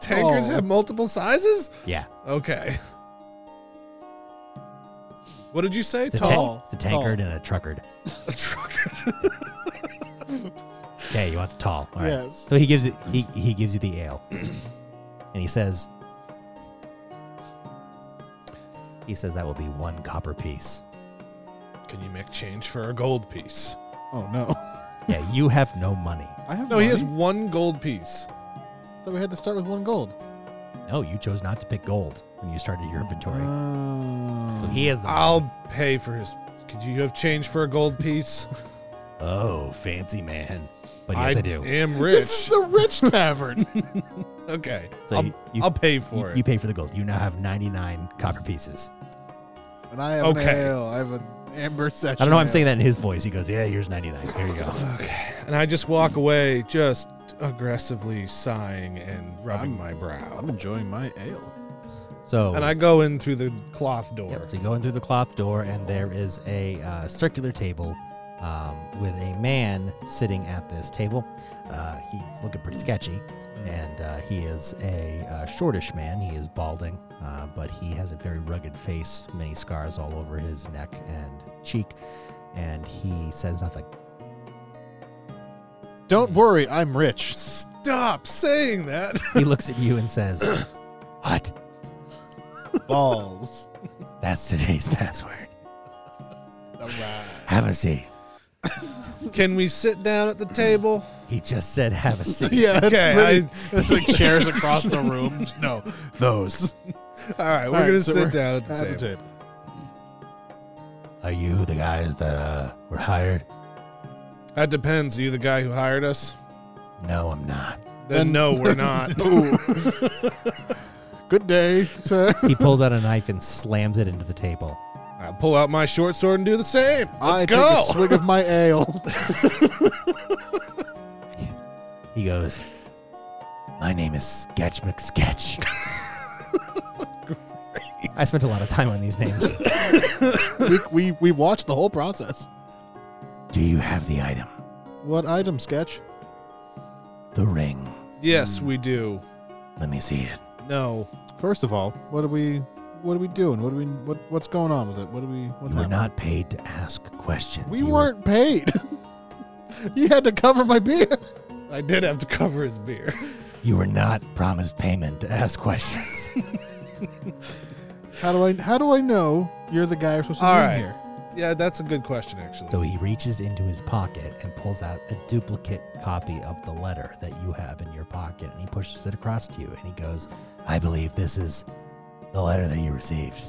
B: Tankers
C: Oh.
B: have multiple sizes?
A: Yeah.
B: Okay. What did you say?
A: It's a,
B: Tall.
A: ta-
C: Tall,
A: it's a tankard and a truckard.
B: A trucker.
A: Okay, you want the tall. All right.
C: yes.
A: So he gives it. He he gives you the ale, and he says, he says that will be one copper piece.
B: Can you make change for a gold piece?
C: Oh no.
A: Yeah, you have no money.
C: I have
B: No, he has
C: money?
B: one gold piece.
C: Thought we had to start with one gold.
A: No, you chose not to pick gold when you started your inventory.
C: Oh.
A: so he has the.
B: Uh, I'll pay for his. Could you have change for a gold piece?
A: oh, fancy man. But yes, I, do.
B: am
C: this is
B: rich.
C: the rich tavern.
B: Okay.
A: So
B: I'll,
A: you, you,
B: I'll pay
A: you-
B: for
A: you
B: it.
A: pay for the gold. You now have ninety nine copper pieces.
C: and I have an
B: Okay.
C: ale. I have an amber session.
A: I don't know. why I'm
C: ale.
A: saying that in his voice. He goes, "Yeah, here's ninety nine. Here you go."
B: Okay. And I just walk away, just aggressively sighing and rubbing my brow.
C: I'm enjoying my ale.
A: So
B: And I go in through the cloth door.
A: Yep, so you go in through the cloth door, and there is a uh, circular table um, with a man sitting at this table. Uh, he's looking pretty sketchy,
B: Mm.
A: and uh, he is a uh, shortish man. He is balding, uh, but he has a very rugged face, many scars all over his neck and cheek, and he says nothing.
C: Don't worry, I'm rich.
B: Stop saying that.
A: He looks at you and says, What?
C: Balls.
A: That's today's password.
C: All right.
A: Have a seat.
B: Can we sit down at the table?
A: He just said, Have a seat.
C: Yeah, that's
B: Okay,
C: pretty-
B: I-
C: that's like chairs across the room. No, those.
B: All right, we're
C: All right,
B: gonna
C: so
B: sit
C: we're
B: down at the
C: at
B: table.
C: the table.
A: Are you the guys that uh, were hired?
B: That depends. Are you the guy who hired us?
A: No, I'm not.
B: Then,
C: Then-
B: no, we're not.
C: Good day, sir.
A: He pulls out a knife and slams it into the table.
B: I pull out my short sword and do the same. Let's
C: I
B: go.
C: take a swig of my ale.
A: He goes, My name is Sketch McSketch. I spent a lot of time on these names.
C: we, we we watched the whole process.
A: Do you have the item?
C: What item sketch?
A: The ring.
C: Hmm.
B: yes, we do.
A: Let me see it.
B: No,
C: First of all, what are we what are we doing? What are we what what's going on with it? What are we what's
A: you were
C: happening?
A: not paid to ask questions.
C: we
A: You were-
C: weren't paid. you had to cover my beer.
B: I did have to cover his beer.
A: you were not promised payment to ask questions.
C: How do I how do I know you're the guy who's supposed to
B: All
C: be in
B: right.
C: here?
B: Yeah, that's a good question, actually.
A: so he reaches into his pocket and pulls out a duplicate copy of the letter that you have in your pocket and he pushes it across to you and he goes, I believe this is the letter that you received.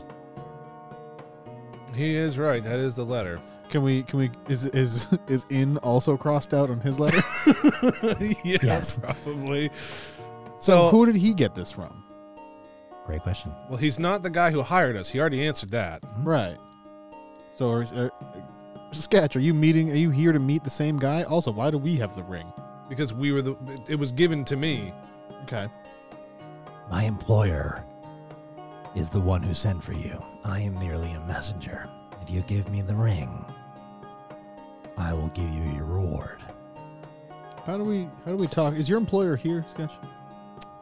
B: He is right. That is the letter.
C: Can we can we is is is in also crossed out on his letter?
B: yeah,
A: Yes.
B: probably.
C: so
B: So,
C: who did he get this from?
A: Great question.
B: well, he's not the guy who hired us. He already answered that.
C: Right. So are, are, sketch, are you meeting are you here to meet the same guy? Also, why do we have the ring?
B: because we were the it was given to me
C: Okay.
A: My employer is the one who sent for you. I am merely a messenger. If you give me the ring, I will give you your reward.
C: How do we how do we talk? Is your employer here, Sketch?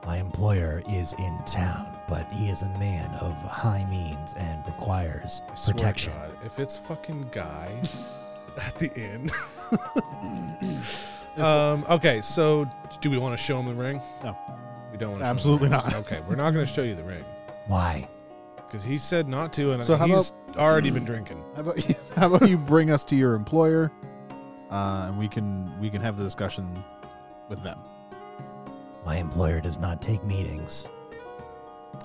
A: My employer is in town, but he is a man of high means and requires
B: I swear to
A: protection.
B: God, if it's fucking guy at the end um okay so do we want to show him the ring
C: No.
B: we don't want to
C: Absolutely not.
B: okay we're not going to show you the ring
A: Why?
B: because he said not to and
C: So how
B: he's already been drinking
C: How about you, how about you bring us to your employer, uh, and we can we can have the discussion with them.
A: My employer does not take meetings.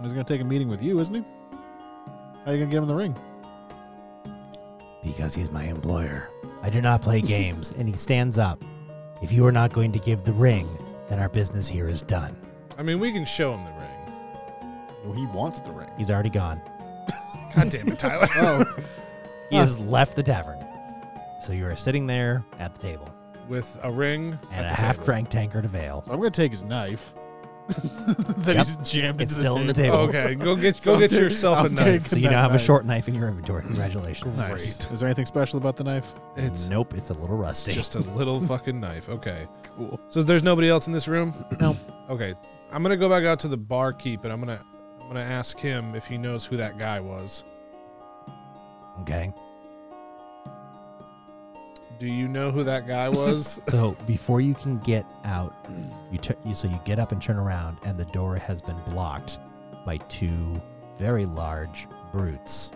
C: He's gonna take a meeting with you, isn't he? How you gonna get him the ring?
A: because he's my employer. I do not play games. And he stands up. If you are not going to give the ring, then our business here is done.
B: i mean we can show him the ring
C: Well, he wants the ring.
A: He's already gone.
B: god damn it tyler
C: Oh,
A: He has left the tavern. So you are sitting there at the table
B: with a ring
A: and
B: at
A: a
B: the
A: half
B: table.
A: drank tankard of ale.
C: so I'm gonna take his knife. that
A: Yep.
C: he's jammed
A: It's
C: into
A: still
C: the
A: in the
C: table.
A: table.
B: okay go get
C: So
B: go
C: I'm
B: get
C: taking-
B: yourself a
C: I'm
B: knife
A: So you
C: That
A: now have a
C: knife.
A: short knife in your inventory. Congratulations.
B: Nice.
C: Nice. Is there anything special about the knife?
B: it's
A: Nope, it's a little rusty.
B: just a little fucking knife okay
C: Cool.
B: So there's nobody else in this room?
A: No.
B: Okay. I'm gonna go back out to the barkeep and I'm gonna I'm gonna ask him if he knows who that guy was.
A: okay.
B: Do you know who that guy was?
A: So before you can get out, you, tu- you so you get up and turn around, and the door has been blocked by two very large brutes.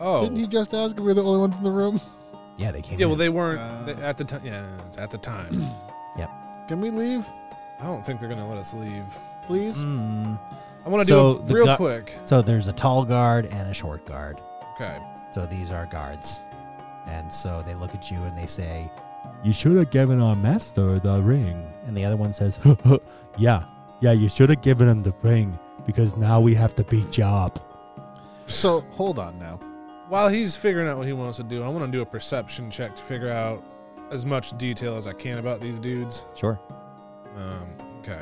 B: oh.
C: Didn't he just ask if we were the only ones in the room?
A: Yeah, they came.
B: Yeah,
A: in.
B: well they weren't
C: Uh.
B: they- at the time yeah, at the time.
C: Can we leave,
B: I don't think they're gonna let us leave.
C: please?
A: Mm.
B: I wanna
A: So
B: do it
A: the
B: real
A: gu-
B: quick.
A: So there's a tall guard and a short guard.
B: Okay.
A: So these are guards. And so they look at you and they say, You should have given our master the ring. And the other one says, Yeah, yeah, you should have given him the ring because now we have to beat you up.
C: So hold on now.
B: While he's figuring out what he wants to do, I wanna do a perception check to figure out as much detail as I can about these dudes.
A: Sure.
B: Um, okay.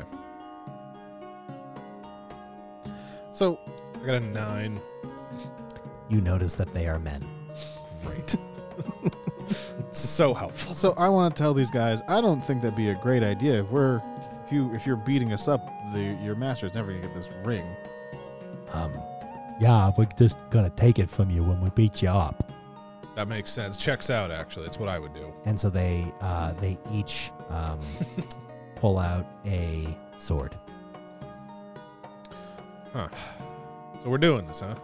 C: So
B: I got a nine.
A: You notice that they are men.
B: Great. so helpful.
C: So I want to tell these guys, I don't think that'd be a great idea. If we're, if you, if you're beating us up, the your master's never gonna get this ring.
A: Um, yeah, we're just gonna take it from you when we beat you up.
B: That makes sense. Checks out, actually. It's what I would do.
A: and so they uh, they each um, pull out a sword.
B: So we're doing this, huh?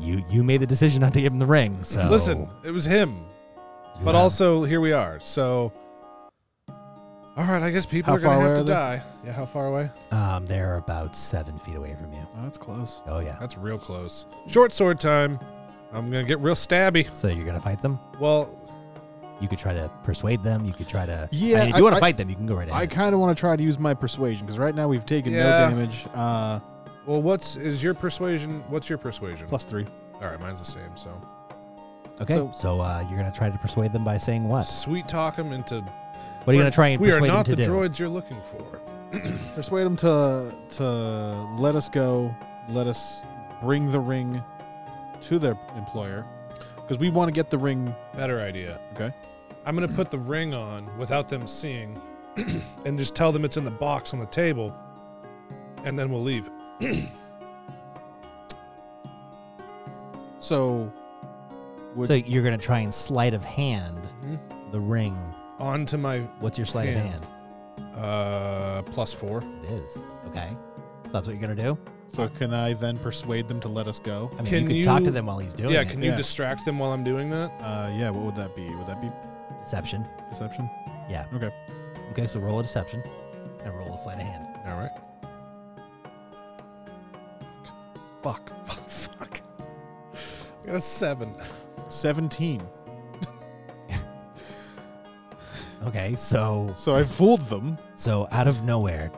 A: You you made the decision not to give him the ring, so
B: Listen, it was him.
A: you
B: But
A: have-
B: also, here we are. So, all right, I guess people
C: How
B: are going
C: far
B: to
C: away
B: have
C: are
B: to
C: they?
B: die. Yeah, how far away?
A: um, they're about seven feet away from you.
C: Oh, that's close.
A: Oh yeah,
B: That's real close. Short sword time. I'm going to get real stabby.
A: so you're gonna fight them.
B: Well,
A: You could try to persuade them. You could try to. I
C: Yeah,
A: mean, if
C: I-
A: you want to
C: I-
A: fight them, you can go right
C: I
A: ahead.
C: kind of want to try to use my persuasion because right now we've taken
B: Yeah.
C: no damage. Uh,
B: well, what's is your persuasion? What's your persuasion?
C: plus three.
B: All right, mine's the same. So
A: okay, so,
C: so-
A: uh, you're gonna try to persuade them by saying what?
B: sweet talk him into.
A: What are you gonna try and
B: We are
A: persuade
B: not
A: them
B: the
A: to do?
B: droids you're looking for.
C: Persuade them to to let us go. Let us bring the ring to their employer because we want to get the ring.
B: Better idea.
C: Okay.
B: I'm gonna put the ring on without them seeing, and just tell them it's in the box on the table, and then we'll leave.
C: So, would,
A: So you're gonna try and sleight of hand
C: Mm-hmm.
A: the ring.
B: Onto my
A: What's your sleight of
B: Hand.
A: hand?
B: uh plus four.
A: It is okay. So that's what you're gonna do.
C: so can I then persuade them to let us go?
A: I mean, you
B: Can
A: could talk to
B: you-
A: them while he's doing
B: yeah,
A: it.
B: can you
C: yeah.
B: distract them while I'm doing that?
C: Uh, yeah. What would that be? Would that be
A: Deception.
C: deception?
A: Okay, so roll a deception and roll a sleight of hand.
B: All right. Fuck, fuck, fuck. I got a seven.
C: Seventeen.
A: Okay, so
C: So I fooled them.
A: so out of nowhere,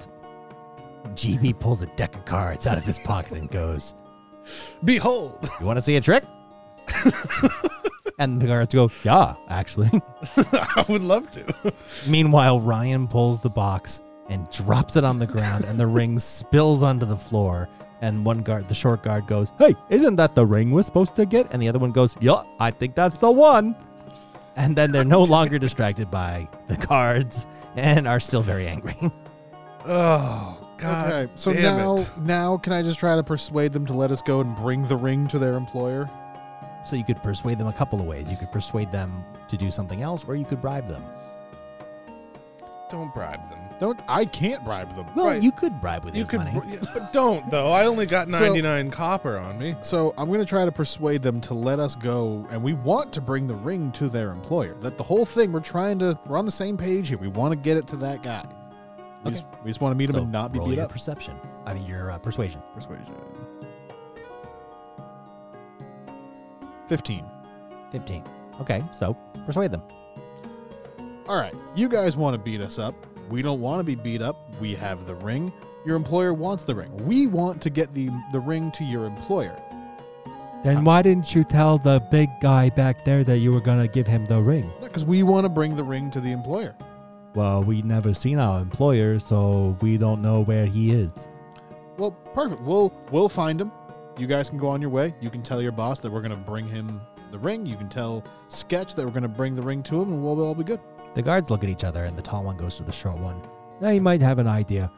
A: t- GB pulls a deck of cards out of his pocket and goes,
B: Behold!
A: "You want to see a trick?" and the guards go, "Yeah, actually."
B: I would love to.
A: Meanwhile, Ryan pulls the box and drops it on the ground, and the ring spills onto the floor. And one guard, the short guard, goes, "Hey, isn't that the ring we're supposed to get?" And the other one goes, "Yeah, I think that's the one." And then they're no longer distracted by the cards and are still very angry.
B: Oh god.
C: okay. So
B: damn
C: now,
B: it.
C: now can I just try to persuade them to let us go and bring the ring to their employer?
A: So you could persuade them a couple of ways. You could persuade them to do something else, or you could bribe them.
B: Don't bribe them.
C: Don't. I can't bribe them.
A: Well,
B: Right.
A: you could bribe with
B: You
A: his
B: could,
A: money.
B: br- yeah, but don't though. I only got
C: So-
B: 99 copper on me.
C: So I'm going to try to persuade them to let us go, and we want to bring the ring to their employer. That the whole thing, we're trying to, we're on the same page here. We want to get it to that guy. We
A: Okay.
C: just, we just want to meet him
A: so
C: and not be
A: roll
C: beat
A: your
C: up.
A: perception. I mean, your uh, persuasion.
C: Persuasion. Fifteen.
A: Fifteen. Okay, so persuade them.
C: All right, you guys want to beat us up. We don't want to be beat up. We have the ring. Your employer wants the ring. We want to get the the ring to your employer.
A: Then why didn't you tell the big guy back there that you were gonna give him the ring?
C: Because we want to bring the ring to the employer.
A: Well, we never seen our employer, so we don't know where he is.
C: Well, perfect. We'll we'll find him. You guys can go on your way. You can tell your boss that we're gonna bring him the ring. You can tell Sketch that we're gonna bring the ring to him, and we'll all be good.
A: The guards look at each other, and the tall one goes to the short one. They might have an idea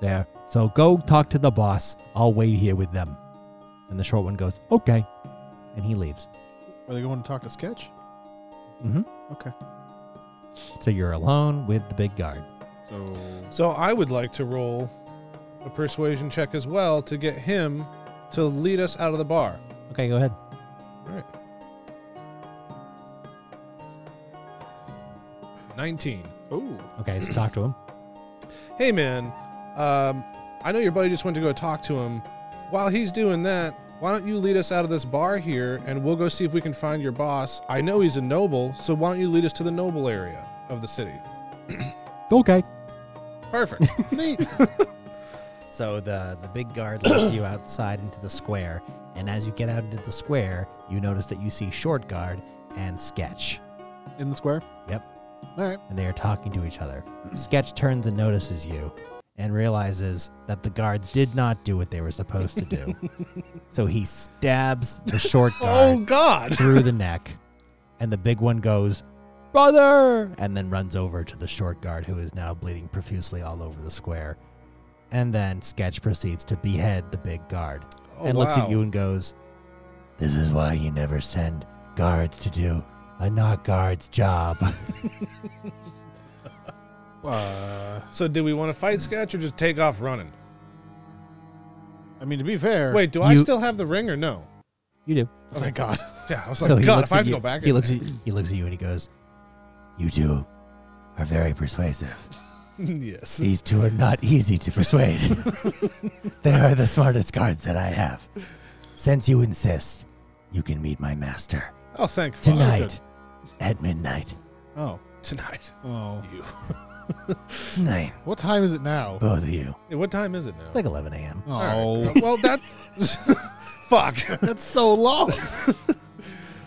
A: there, so go talk to the boss. I'll wait here with them. And the short one goes, okay. And he leaves.
C: Are they going to talk to Sketch?
A: Mm-hmm.
C: Okay.
A: So you're alone with the big guard.
C: So
B: So I would like to roll a persuasion check as well to get him to lead us out of the bar.
A: Okay, go ahead.
B: All right. 19.
C: oh,
A: Okay, so talk to him.
B: Hey man, um, I know your buddy just went to go talk to him. While he's doing that, why don't you lead us out of this bar here and we'll go see if we can find your boss? I know he's a noble, so why don't you lead us to the noble area of the city?
A: Okay.
B: Perfect.
C: neat.
A: So the the big guard leads you outside into the square, and as you get out into the square, you notice that you see short guard and sketch,
C: In the square.
A: Yep.
C: All right.
A: and they are talking to each other. Sketch turns and notices you, and realizes that the guards did not do what they were supposed to do. so he stabs the short guard
B: Oh God!
A: through the neck, and the big one goes, Brother! And then runs over to the short guard, who is now bleeding profusely all over the square. And then Sketch proceeds to behead the big guard
B: Oh,
A: and looks
B: wow.
A: at you and goes, This is why you never send guards to do a not guard's job.
C: Uh,
B: So, do we want to fight Sketch or just take off running?
C: I mean, to be fair.
B: Wait, do I
A: You-
B: still have the ring or no?
A: You do.
C: oh, thank God.
B: Yeah, I was like,
A: So he
B: God,
A: looks
B: if I
A: at
B: have
A: you.
B: to go back,
A: he
B: in
A: looks at he looks at you and he goes, "You two are very persuasive.
B: there. yes.
A: These two are not easy to persuade. they are the smartest guards that I have. Since you insist, you can meet my master
B: Oh, thank fuck.
A: tonight at midnight.
C: Oh.
B: Tonight.
C: Oh.
B: You.
A: Tonight,
C: What time is it now?
A: both of you.
B: Hey, What time is it now?
A: It's like 11 a.m.
C: Oh.
B: All right. Well, that. fuck.
C: That's so long.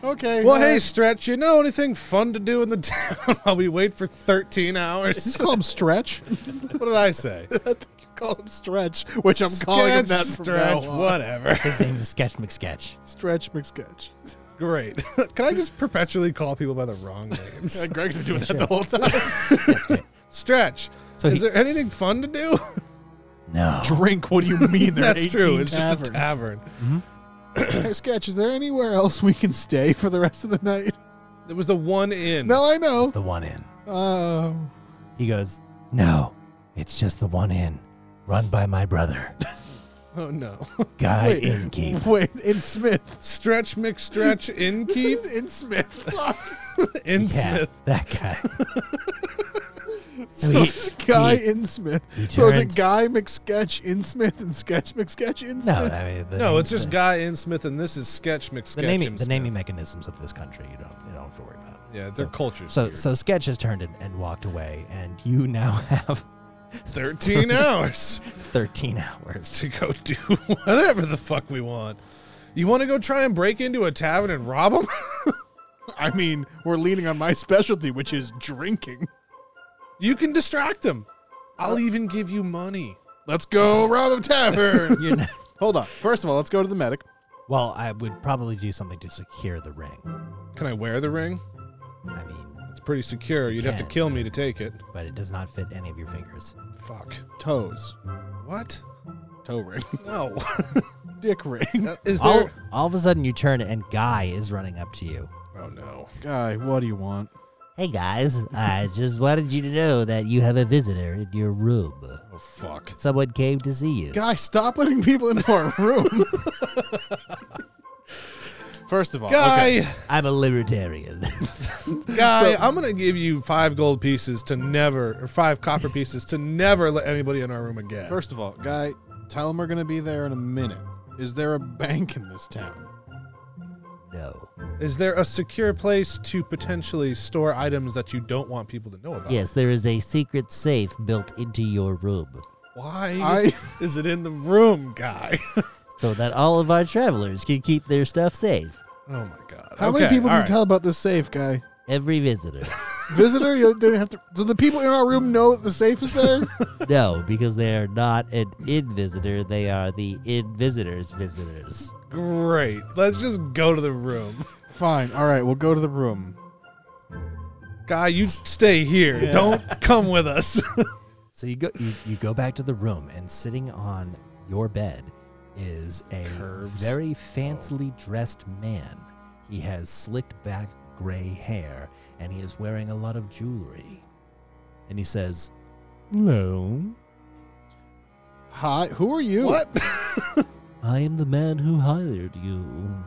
C: okay.
B: Well,
C: uh,
B: hey, Stretch, you know anything fun to do in the town while we wait for 13 hours?
C: call him Stretch.
B: what did I say?
C: I think you call him Stretch, which I'm calling him
B: Sketch,
C: that from
B: Stretch,
C: now on.
B: whatever.
A: His name is Sketch McSketch.
C: Stretch McSketch.
B: Great. Can I just perpetually call people by the wrong names?
C: Yeah, Greg's been doing that the whole time.
B: Stretch,
A: So
B: is
A: he-
B: there anything fun to do?
A: No.
C: Drink? What do you mean? There are
B: That's true.
C: 18
B: It's just a
C: taverns.
B: tavern.
C: Hey, Sketch, is there anywhere else we can stay for the rest of the night?
B: It was the one inn.
C: No, I
A: It's
C: know.
A: the one in.
C: Um,
A: He goes, No, it's just the one inn, run by my brother,
B: Oh, no.
A: Guy
C: Wait.
A: Innkeep.
C: wait, in Smith.
B: Stretch McStretch Innkeep?
C: in Smith.
B: In
A: Yeah,
B: Smith.
A: that guy. so
C: so
A: he,
C: it's Guy
A: he-
C: in Smith.
A: he
C: So is it
A: turns-
C: Guy McSketch in Smith and Sketch McSketch in
A: no,
C: Smith?
A: I mean, Oh, the
B: No,
A: name-
B: it's just
A: the,
B: Guy in Smith, and this is Sketch McSketch.
A: the naming,
B: in
A: the naming
B: Smith.
A: mechanisms of this country. You don't, you don't have to worry about.
B: Yeah, their
A: So-
B: culture's
A: So,
B: weird.
A: so Sketch has turned and, and walked away, and you now have
B: 13 hours.
A: 13 hours.
B: to go do whatever the fuck we want. You want to go try and break into a tavern and rob them?
C: I mean, we're leaning on my specialty, which is drinking.
B: You can distract them. I'll even give you money.
C: Let's go rob a tavern.
A: You're not,
C: Hold on. First of all, let's go to the medic.
A: well, I would probably do something to secure the ring.
B: Can I wear the ring?
A: I mean,
B: It's pretty secure. You'd have to
A: Can.
B: kill me to take it.
A: but it does not fit any of your fingers.
B: Fuck.
C: Toes,
B: What?
C: toe ring,
B: No.
C: dick ring.
B: Uh, Is
A: All,
B: there?
A: all of a sudden, you turn and Guy is running up to you.
B: Oh no.
C: Guy, what do you want?
A: Hey guys, I just wanted you to know that you have a visitor in your room.
B: Oh fuck.
A: Someone came to see you.
C: Guy, stop letting people into our room. First
A: Oh,
C: of all, okay.
B: Guy,
A: I'm a libertarian.
B: guy, I'm gonna give you five gold pieces to never, or five copper pieces to never let anybody in our room again.
C: First of all, guy, tell him we're gonna be there in a minute. Is there a bank in this town?
A: no.
B: Is there a secure place to potentially store items that you don't want people to know about?
A: Yes, there is a secret safe built into your room
B: Why
C: I-
B: is it in the room, guy?
A: so that all of our travelers can keep their stuff safe.
B: Oh my god.
C: How
B: Okay,
C: many people do
B: all
C: you
B: right.
C: tell about this safe, guy?
A: Every visitor.
C: Visitor, you didn't have to. Do the people in our room know that the safe is there?
A: no, because they are not an in visitor, they are the in visitors' visitors.
B: Great. Let's just go to the room.
C: Fine. All right, we'll go to the room.
B: Guy, you stay here.
C: Yeah.
B: Don't come with us.
A: So you go you, you go back to the room and sitting on your bed is a
B: Curves.
A: very fancily dressed man. He has slicked back gray hair and he is wearing a lot of jewelry. And he says, "Hello.
C: Hi, who are you?
B: what?
A: I am the man who hired you.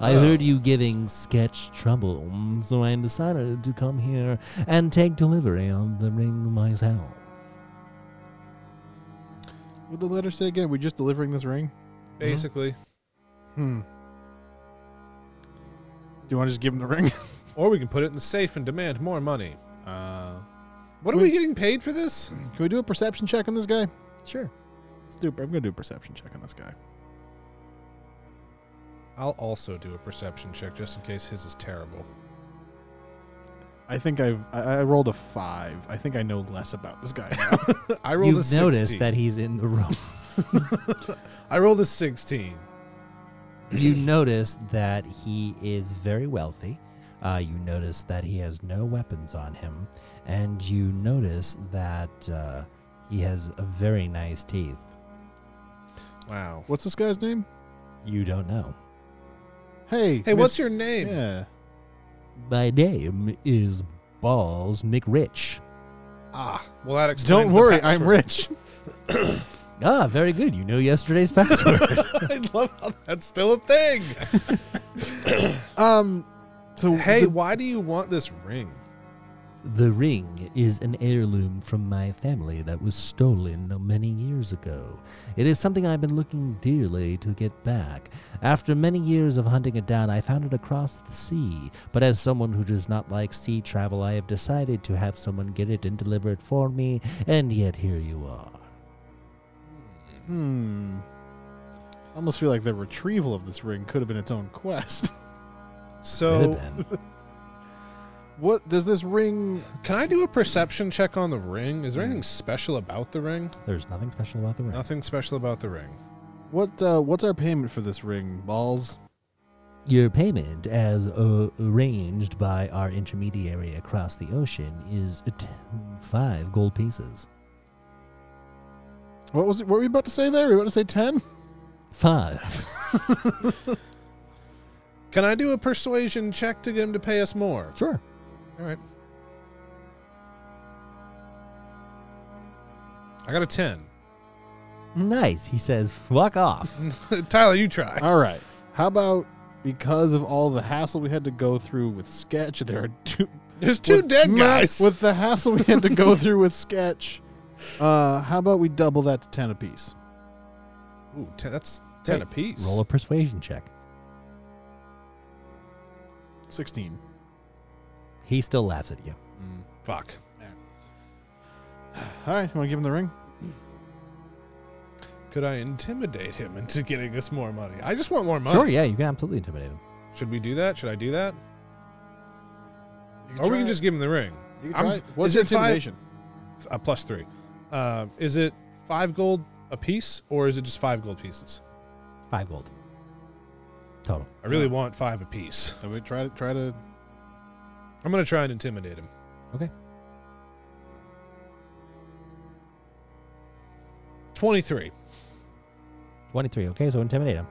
A: I
B: Oh.
A: heard you giving Sketch trouble, so I decided to come here and take delivery of the ring myself."
C: Would the letter say again? We're just delivering this ring.
B: Basically.
C: Hmm. Do you want to just give him the ring?
B: Or we can put it in the safe and demand more money.
C: Uh,
B: What are
C: We-
B: we getting paid for this?
C: can we do a perception check on this guy?
A: Sure.
C: Let's do. I'm gonna do a perception check on this guy.
B: I'll also do a perception check just in case his is terrible.
C: I think I've I, I rolled a five. I think I know less about this guy now.
B: I rolled
A: You've
B: a
A: noticed
B: 16.
A: that he's in the room.
B: I rolled a 16.
A: you notice that he is very wealthy. Uh, you notice that he has no weapons on him, and you notice that uh, he has a very nice teeth.
B: Wow.
C: What's this guy's name?
A: You don't know.
C: Hey.
B: Hey, what's your name?
C: Yeah.
A: My name is Balls McRich.
B: Ah, well that explains.
C: Don't
B: the
C: worry, I'm
B: password.
C: rich.
A: Ah, very good. You know yesterday's password.
B: I love how that's still a thing.
C: Um. So
B: hey,
C: the-
B: why do you want this ring?
A: the ring is an heirloom from my family that was stolen many years ago. It is something I've been looking dearly to get back. After many years of hunting it down, I found it across the sea. But as someone who does not like sea travel, I have decided to have someone get it and deliver it for me, and yet here you are.
C: hmm. I almost feel like the retrieval of this ring could have been its own quest.
A: Could
B: So,
A: have been.
C: What does this ring?
B: can I do a perception check on the ring? Is there anything special about the ring?
A: There's nothing special about the ring.
B: Nothing special about the ring.
C: What? Uh, what's our payment for this ring? Balls.
A: Your payment, as uh, arranged by our intermediary across the ocean, is t- five gold pieces.
C: What was it? What were we about to say there? We were about to say ten.
A: Five.
B: Can I do a persuasion check to get him to pay us more?
A: Sure.
B: All right. I got a 10.
A: Nice. He says, fuck off.
B: Tyler, you try.
C: All right. How about because of all the hassle we had to go through with sketch? There are two
B: There's two
C: with
B: dead
C: ma-
B: guys.
C: with the hassle we had to go through with sketch. Uh, how about we double that to ten apiece?
B: Ooh, ten, that's 10
A: Hey,
B: apiece.
A: Roll a persuasion check.
C: Sixteen.
A: He still laughs at you.
C: Hmm.
B: Fuck.
C: All right, you want to give him the ring?
B: Could I intimidate him into getting us more money? I just want more money.
A: Sure, yeah, you can absolutely intimidate him.
B: Should we do that? Should I do that? Or we can just give him the ring. I'm-
C: You can try it. What's
B: is
C: your
B: it five-
C: intimidation?
B: Uh, plus three. Uh, is it five gold a piece or is it just five gold pieces?
A: Five gold. Total.
B: I really want five apiece.
C: Can we try to try to?
B: I'm going to try and intimidate him.
A: Okay.
B: 23.
A: 23. Okay, so intimidate him.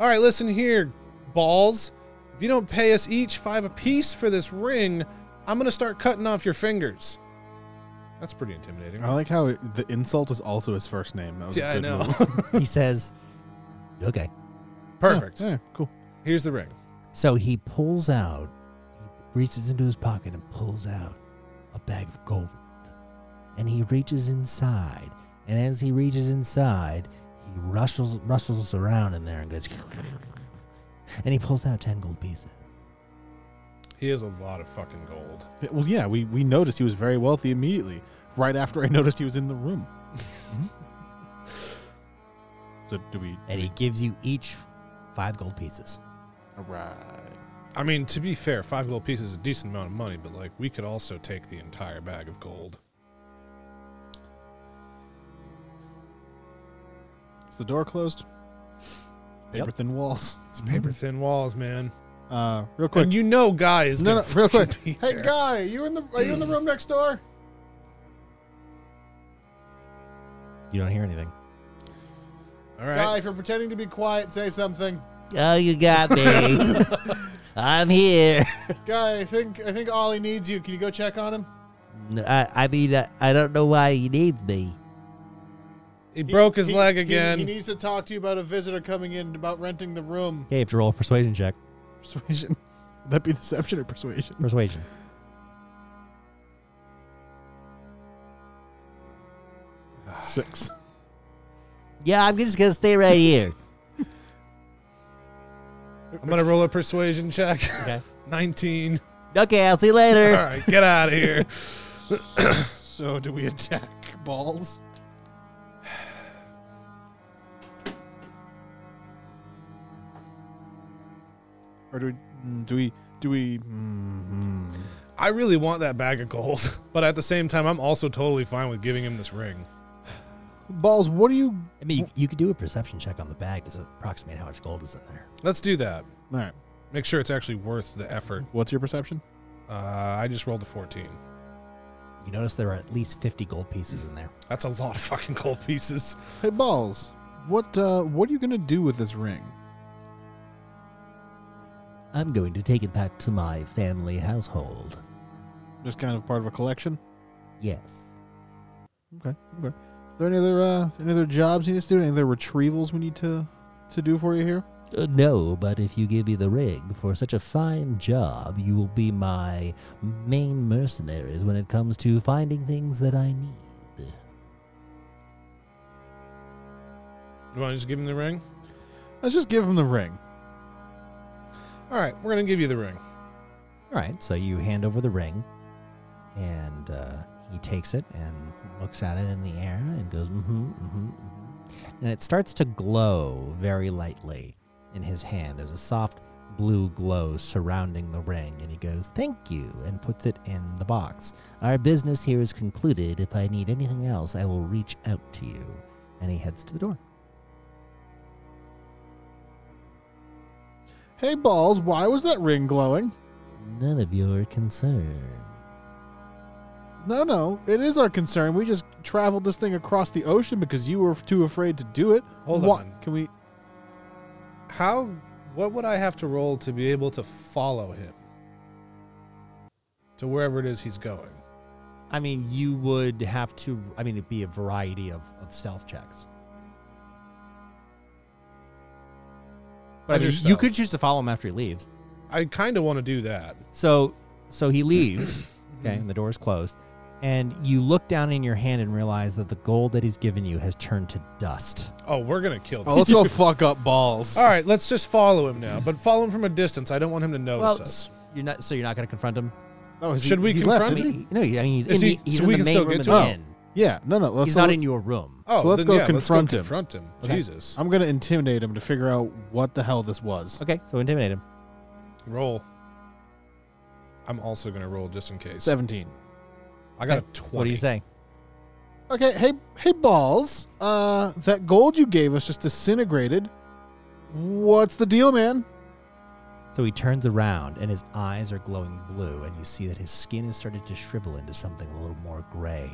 B: All right, listen here, balls. If you don't pay us each five apiece for this ring, I'm going to start cutting off your fingers. That's pretty intimidating.
C: I like how it, the insult is also his first name. That was a
B: yeah, I
C: Oh, good
B: know.
C: move.
A: he says, okay.
B: Perfect.
C: Yeah, yeah, cool.
B: Here's the ring.
A: So he pulls out, he reaches into his pocket and pulls out a bag of gold. And he reaches inside. And as he reaches inside, he rustles, rustles around in there and goes. And he pulls out 10 gold pieces.
B: He has a lot of fucking gold.
C: Yeah, Well, yeah, we we noticed he was very wealthy immediately. Right after I noticed he was in the room. Mm-hmm. so do we?
A: And he gives you each five gold pieces.
C: All right.
B: I mean, to be fair, five gold pieces is a decent amount of money, but like we could also take the entire bag of gold.
C: Is the door closed?
A: Yep.
C: Paper thin walls.
B: It's paper thin walls, man.
C: Uh, real quick.
B: And you know, guy is
C: no, no,
B: gonna
C: real
B: fucking
C: quick.
B: be
C: Hey,
B: there.
C: guy, are you in the are you in the room next door?
A: You don't hear anything.
B: All right.
C: Guy, if you're pretending to be quiet, say something.
A: Oh, you got me. I'm here.
C: Guy, I think I think Ollie needs you. Can you go check on him?
A: I, I mean, I, I don't know why he needs me.
B: He
C: He-
B: broke his
C: he-
B: leg
C: he-
B: again.
C: He, needs to talk to you about a visitor coming in about renting the room.
A: Okay, you have to roll a persuasion check.
C: Persuasion. Would that be deception or persuasion?
A: Persuasion.
C: Six.
A: Yeah, I'm just going to stay right here.
B: I'm gonna roll a persuasion check.
A: Okay.
B: 19.
A: Okay, I'll see you
B: All
A: later.
B: right, get out of here.
C: So do we attack balls? or do we mm, do we do we? Mm, mm.
B: I really want that bag of gold, but at the same time, I'm also totally fine with giving him this ring.
C: Balls, what do you?
A: I mean, you, you could do a perception check on the bag to approximate how much gold is in there.
B: Let's do that.
C: All right,
B: Make sure it's actually worth the effort.
C: what's your perception?
B: Uh, I just rolled a 14.
A: You notice there are at least 50 gold pieces in there.
B: That's a lot of fucking gold pieces.
C: Hey, balls, what uh, what are you gonna do with this ring?
A: I'm going to take it back to my family household.
C: Just kind of part of a collection.
A: Yes.
C: Okay, okay. Are there any other uh, any other jobs you need to do? Any other retrievals we need to to do for you here?
A: Uh, no, but if you give me the rig for such a fine job, you will be my main mercenaries when it comes to finding things that I need.
B: You want to just give him the ring?
C: Let's just give him the ring.
B: All right, we're going to give you the ring.
A: All right, so you hand over the ring, and uh, he takes it and looks at it in the air and goes, mm hmm, mm hmm, And it starts to glow very lightly in his hand. There's a soft blue glow surrounding the ring, and he goes, Thank you, and puts it in the box. Our business here is concluded. If I need anything else, I will reach out to you. And he heads to the door.
C: Hey, balls, why was that ring glowing?
A: None of your concern.
C: No, no, it is our concern. We just traveled this thing across the ocean because you were too afraid to do it.
B: Hold
C: Wha-
B: on.
C: Can we?
B: How, what would I have to roll to be able to follow him to wherever it is he's going?
A: I mean, you would have to, I mean, it'd be a variety of, of stealth checks. But I
B: How's your
A: mean, you
B: stealth?
A: could choose to follow him after he leaves.
B: I kind of want to do that.
A: So, so he leaves,
B: Mm-hmm.
A: okay, and the door's closed. And you look down in your hand and realize that the gold that he's given you has turned to dust.
B: Oh, we're going to kill
C: Oh,
B: this.
C: let's go fuck up balls.
B: All right, let's just follow him now, but follow him from a distance. I don't want him to notice
A: Well,
B: us.
A: you're not, so you're not going to confront him.
C: Oh, is
B: Should we
C: left,
B: confront
C: didn't
B: him?
A: No, I mean he's in
B: Is
A: the,
B: he-
A: he's
B: so
A: in
B: we
A: the
B: can
A: main
B: still
A: room
B: get
A: of
B: to
A: the
B: him?
A: inn.
C: Yeah, no, no. Let's,
A: He's
C: so
A: not
C: let's-
A: in your room.
B: Oh,
C: So let's
B: then,
C: go
B: yeah,
C: confront
B: let's go
C: him.
B: confront him.
A: Okay.
B: Jesus.
C: I'm gonna intimidate him to figure out what the hell this was.
A: Okay, so intimidate him.
B: Roll. I'm also going to roll just in case.
C: Seventeen.
B: I got a
A: Okay,
B: 20.
A: What do you say?
C: Okay, hey, hey, balls. Uh, that gold you gave us just disintegrated. What's the deal, man?
A: So he turns around and his eyes are glowing blue, and you see that his skin has started to shrivel into something a little more gray.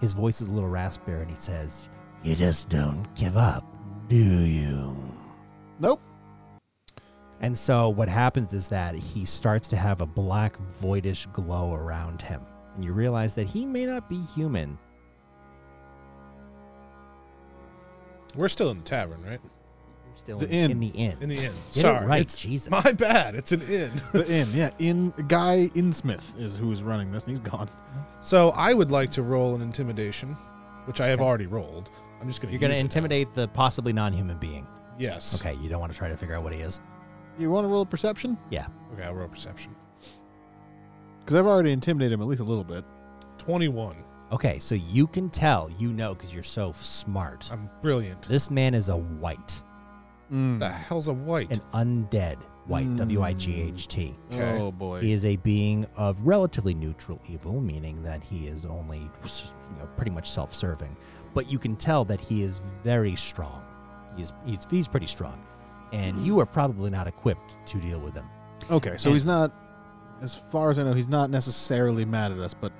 A: His voice is a little raspier, and he says, You just don't give up, do you?
C: Nope.
A: And so what happens is that he starts to have a black, voidish glow around him. And you realize that he may not be human.
B: We're still in the tavern, right?
A: You're still
C: The
A: in,
C: inn.
A: in the inn.
B: In the inn.
A: Get
B: Sorry.
A: it right,
B: It's
A: Jesus.
B: my bad. It's an inn.
C: The inn, yeah, in guy Innsmith is who's running this. and He's gone.
B: So I would like to roll an intimidation, which I have already rolled. I'm just going to.
A: You're going to
B: to
A: intimidate the possibly non human being.
B: Yes.
A: Okay, you don't want to try to figure out what he is.
C: You want to roll a perception?
B: Okay. I'll roll perception.
C: Because I've already intimidated him at least a little bit.
B: 21.
A: Okay, so you can tell, you know, because you're so smart.
B: I'm brilliant.
A: This man is a white,
C: Mm.
B: The hell's a white?
A: an undead white, W I G H T.
B: Okay.
C: Oh boy.
A: He is a being of relatively neutral evil, meaning that he is only you know, pretty much self serving. But you can tell that he is very strong. He's, he's, he's pretty strong. And you are probably not equipped to deal with him.
C: Okay, so
A: And-
C: he's not, as far as I know, he's not necessarily mad at us, but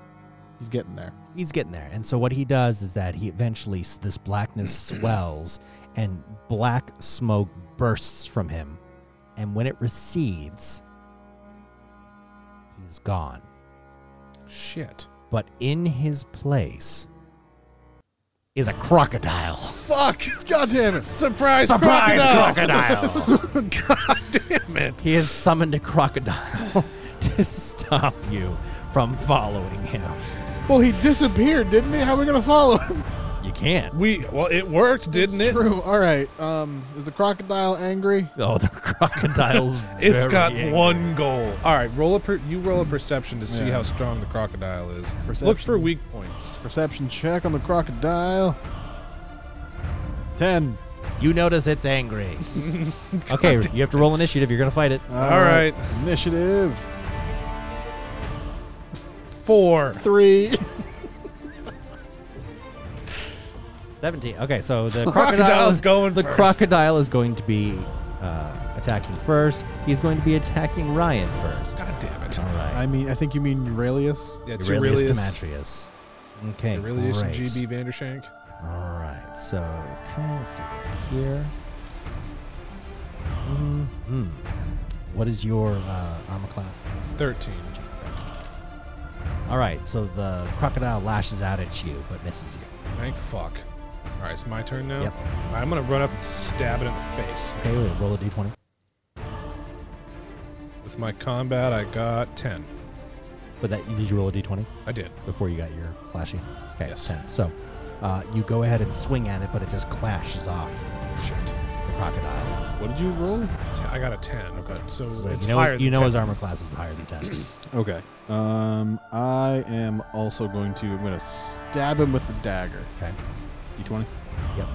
C: he's getting there.
A: He's getting there. And so what he does is that he eventually s- this blackness swells and black smoke bursts from him. And when it recedes, he's gone.
B: Shit.
A: But in his place is a crocodile.
B: Fuck.
C: God damn it!
B: Surprise.
A: Surprise
B: crocodile.
A: crocodile.
B: God damn it.
A: he has summoned a crocodile to stop you from following him.
C: Well, he disappeared, didn't he? How are we gonna follow him?
A: You can't.
B: We well, it worked, didn't it?
C: True. All right. Um, is the crocodile angry?
A: Oh, the crocodile's
B: It's
A: very
B: got
A: angry.
B: one goal. All right, roll a per- you roll a perception to see
C: Yeah.
B: how strong the crocodile is. Look
C: Perception.
B: for weak points.
C: Perception check on the crocodile. Ten.
A: You notice it's angry. okay, you have to roll initiative. You're gonna fight it.
B: All right.
C: Initiative
B: Four.
C: three.
A: Seventeen. Okay, so the crocodile
B: Crocodile's
A: is
B: going
A: The
B: first.
A: crocodile is going to be uh, attacking first. He's going to be attacking Ryan first.
B: God damn it.
A: All right.
C: I mean, I think you mean Aurelius.
B: Yeah, it's
A: Aurelius
B: Aurelius.
A: Demetrius. Okay.
B: Aurelius and
A: great.
B: GB Vandershank.
A: All right. So, okay, let's take a look here. hmm What is your uh, armor class?
B: 13.
A: All right. So the crocodile lashes out at you but misses you.
B: Thank fuck. All right, it's my turn now.
A: Yep.
B: I'm going to run up and stab it in the face.
A: Okay, wait, roll a d20.
B: With my combat, I got 10.
A: But that did you roll a d20
B: I did.
A: before you got your slashy? Okay,
B: Yes.
A: 10. So, uh, you go ahead and swing at it, but it just clashes off
B: Shit.
A: the crocodile.
C: What did you roll?
B: T- I got a 10. But so,
A: So
B: it's
A: you know,
B: higher
A: his, you
B: than
A: know
B: 10.
A: his armor class is higher than 10.
C: Okay. Um, I am also going to. I'm going to stab him with the dagger.
A: okay.
C: D20.
A: Yep.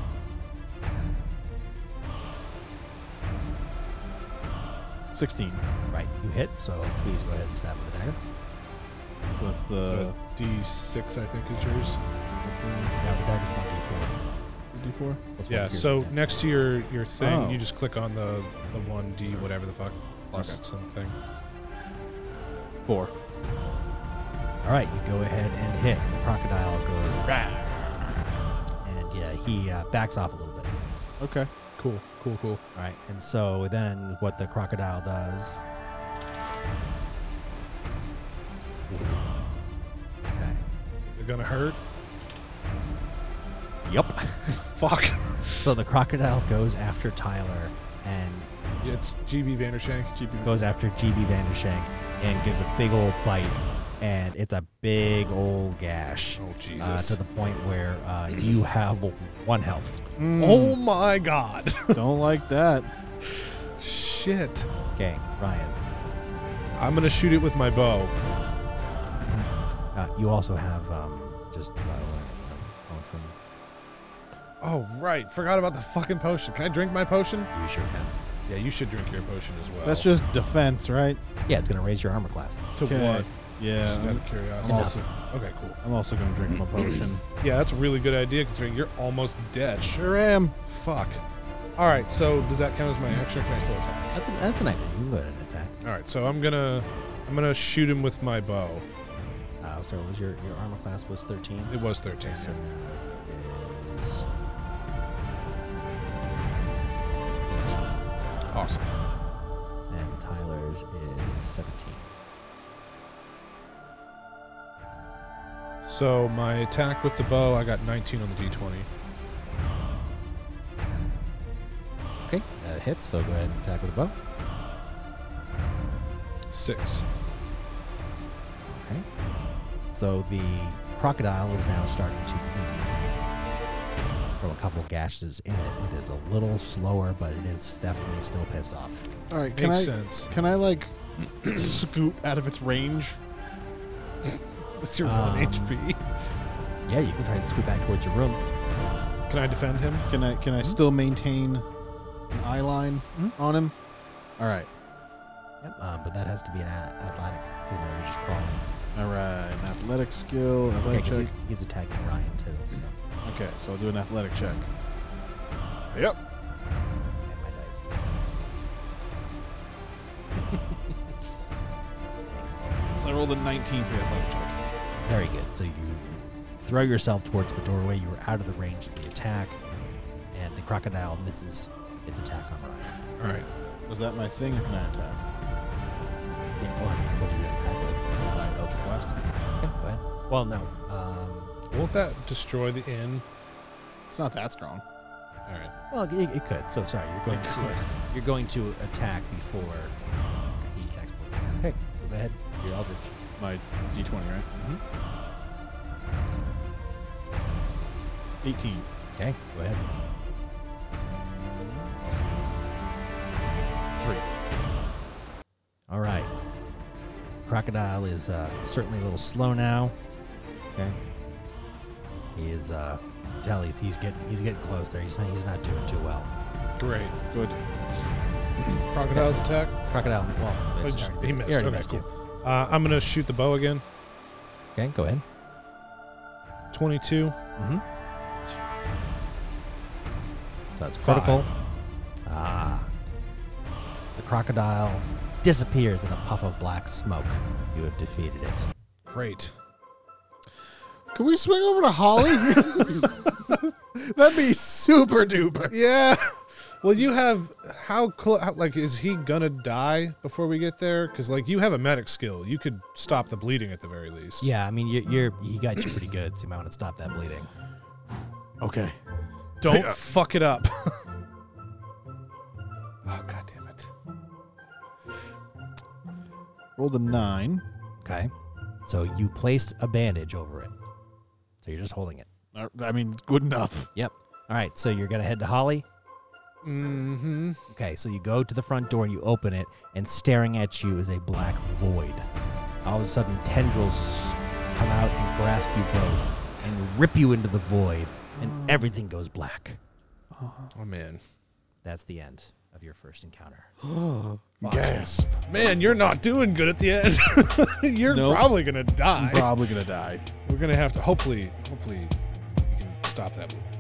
C: Sixteen.
A: Right. You hit, so please go ahead and stab with the dagger.
C: So that's
A: uh,
C: the
B: But D6, I think, is yours.
A: Now the dagger's 1d4.
C: D4.
A: plus
B: Yeah,
A: one to your
B: so
A: damage.
B: next to your, your thing,
C: Oh.
B: you just click on the, the 1D, whatever the fuck, plus
C: Okay.
B: something.
C: Four.
A: All right, you go ahead and hit. The crocodile goes. "Rah!" And yeah, he uh, backs off a little bit.
C: Okay.
B: Cool, cool, cool.
A: All right, and so then what the crocodile does. Okay.
B: Is it going to hurt?
A: Yep.
B: Fuck.
A: so the crocodile goes after Tyler and
B: it's GB Vandershank.
C: GP.
A: goes after GB Vandershank and gives a big old bite, and it's a big old gash.
B: Oh,
A: uh,
B: Jesus.
C: Ah,
A: to the point where uh, you have one health.
C: Hmm.
B: Oh my god.
C: Oh. Don't like that.
B: Shit.
A: Okay, Ryan,
B: I'm gonna shoot it with my bow.
A: uh, you also have um, just by the way, um, potion.
B: Oh right, forgot about the fucking potion. Can I drink my potion?
A: You sure can.
B: Yeah, you should drink your potion as well.
C: That's just defense, right?
A: Yeah, it's gonna raise your armor class.
B: to
C: Okay.
B: what? Just
C: Yeah.
B: out
C: I'm,
B: of curiosity.
C: I'm also.
B: Okay, cool.
C: I'm also going to drink my potion.
B: Yeah, that's a really good idea considering you're almost dead.
C: Sure am.
B: Fuck. All right, so does that count as my action? Or can I still attack?
A: That's an that's an idea. You can go ahead and attack.
B: All right, so I'm gonna I'm gonna shoot him with my bow.
A: Uh, so what was your your armor class was thirteen.
B: It was 13.
A: So now it is
B: Awesome.
A: and Tyler's is seventeen.
B: So my attack with the bow, I got 19 on the d20.
A: Okay, that hits. So go ahead and attack with a bow.
B: Six.
A: Okay. So the crocodile is now starting to bleed from a couple gashes in it. It is a little slower, but it is definitely still pissed off.
C: All right. Can
B: Makes
C: I?
B: sense.
C: Can I like scoot out of its range?
B: It's your
A: Um,
B: one HP.
A: Yeah, you can try to scoot back towards your room.
B: Can I defend him?
C: Can I? Can I still maintain an eye line on him? All right.
A: Yep. Um, but that has to be an a- athletic because now you're just crawling.
C: All right. An athletic skill.
A: Okay,
C: Athletic
A: 'cause
C: check.
A: he's, he's attacking Ryan too. So
C: Okay. So I'll do an athletic check. Yep.
A: and my dice. Thanks.
C: So I rolled a 19 for the athletic check.
A: Very good. So you you throw yourself towards the doorway. You are out of the range of the attack, and the crocodile misses its attack on Ryan.
B: All right.
C: Was that my thing? Or can I attack?
A: Yeah, well, I mean, what are you going to attack with?
C: My eldritch blast.
A: Okay, go ahead. Well, no. Um,
B: Won't that destroy the inn?
C: It's not that strong.
B: All right.
A: well, it, it could. So sorry, you're going
C: It
A: to
C: could.
A: you're going to attack before he attacks. Blake. Okay, so go ahead. You're Eldritch.
C: My d20, right? Mm-hmm. 18.
A: Okay, go ahead.
C: Three.
A: All right. Crocodile is uh, certainly a little slow now. Okay. He is uh, Jellies, he's getting he's getting close there. He's not he's not doing too well.
B: Great.
C: Good.
B: Crocodile's attack.
A: Crocodile. Well,
B: Oh,
A: it's
B: just-
A: already-
B: he missed.
A: already
B: Okay,
A: missed
B: cool.
A: you.
B: Uh, I'm gonna shoot the bow again.
A: Okay, go ahead.
B: 22.
A: Mm-hmm. So that's critical. Ah. The crocodile disappears in a puff of black smoke. You have defeated it.
B: Great.
C: Can we swing over to Holly? That'd be super duper.
B: Yeah. Well, you have how close? Like, is he gonna die before we get there? Because like, you have a medic skill. You could stop the bleeding at the very least.
A: Yeah, I mean, you're, you're he got you pretty good, so you might want to stop that bleeding.
C: Okay.
B: Don't
C: Yeah.
B: fuck it up. oh god damn it.
C: Rolled a nine.
A: Okay. So you placed a bandage over it. So you're just holding it.
C: Uh, I mean, good enough.
A: Yep. All right. So you're gonna head to Holly.
B: Mm-hmm.
A: Okay, so you go to the front door and you open it, and staring at you is a black void. All of a sudden, tendrils come out and grasp you both and rip you into the void, and everything goes black.
B: Oh man.
A: That's the end of your first encounter.
C: Gasp.
B: Man, you're not doing good at the end. you're
C: Nope.
B: probably gonna die.
C: Probably gonna die.
B: We're gonna have to hopefully hopefully we can stop that bleeding.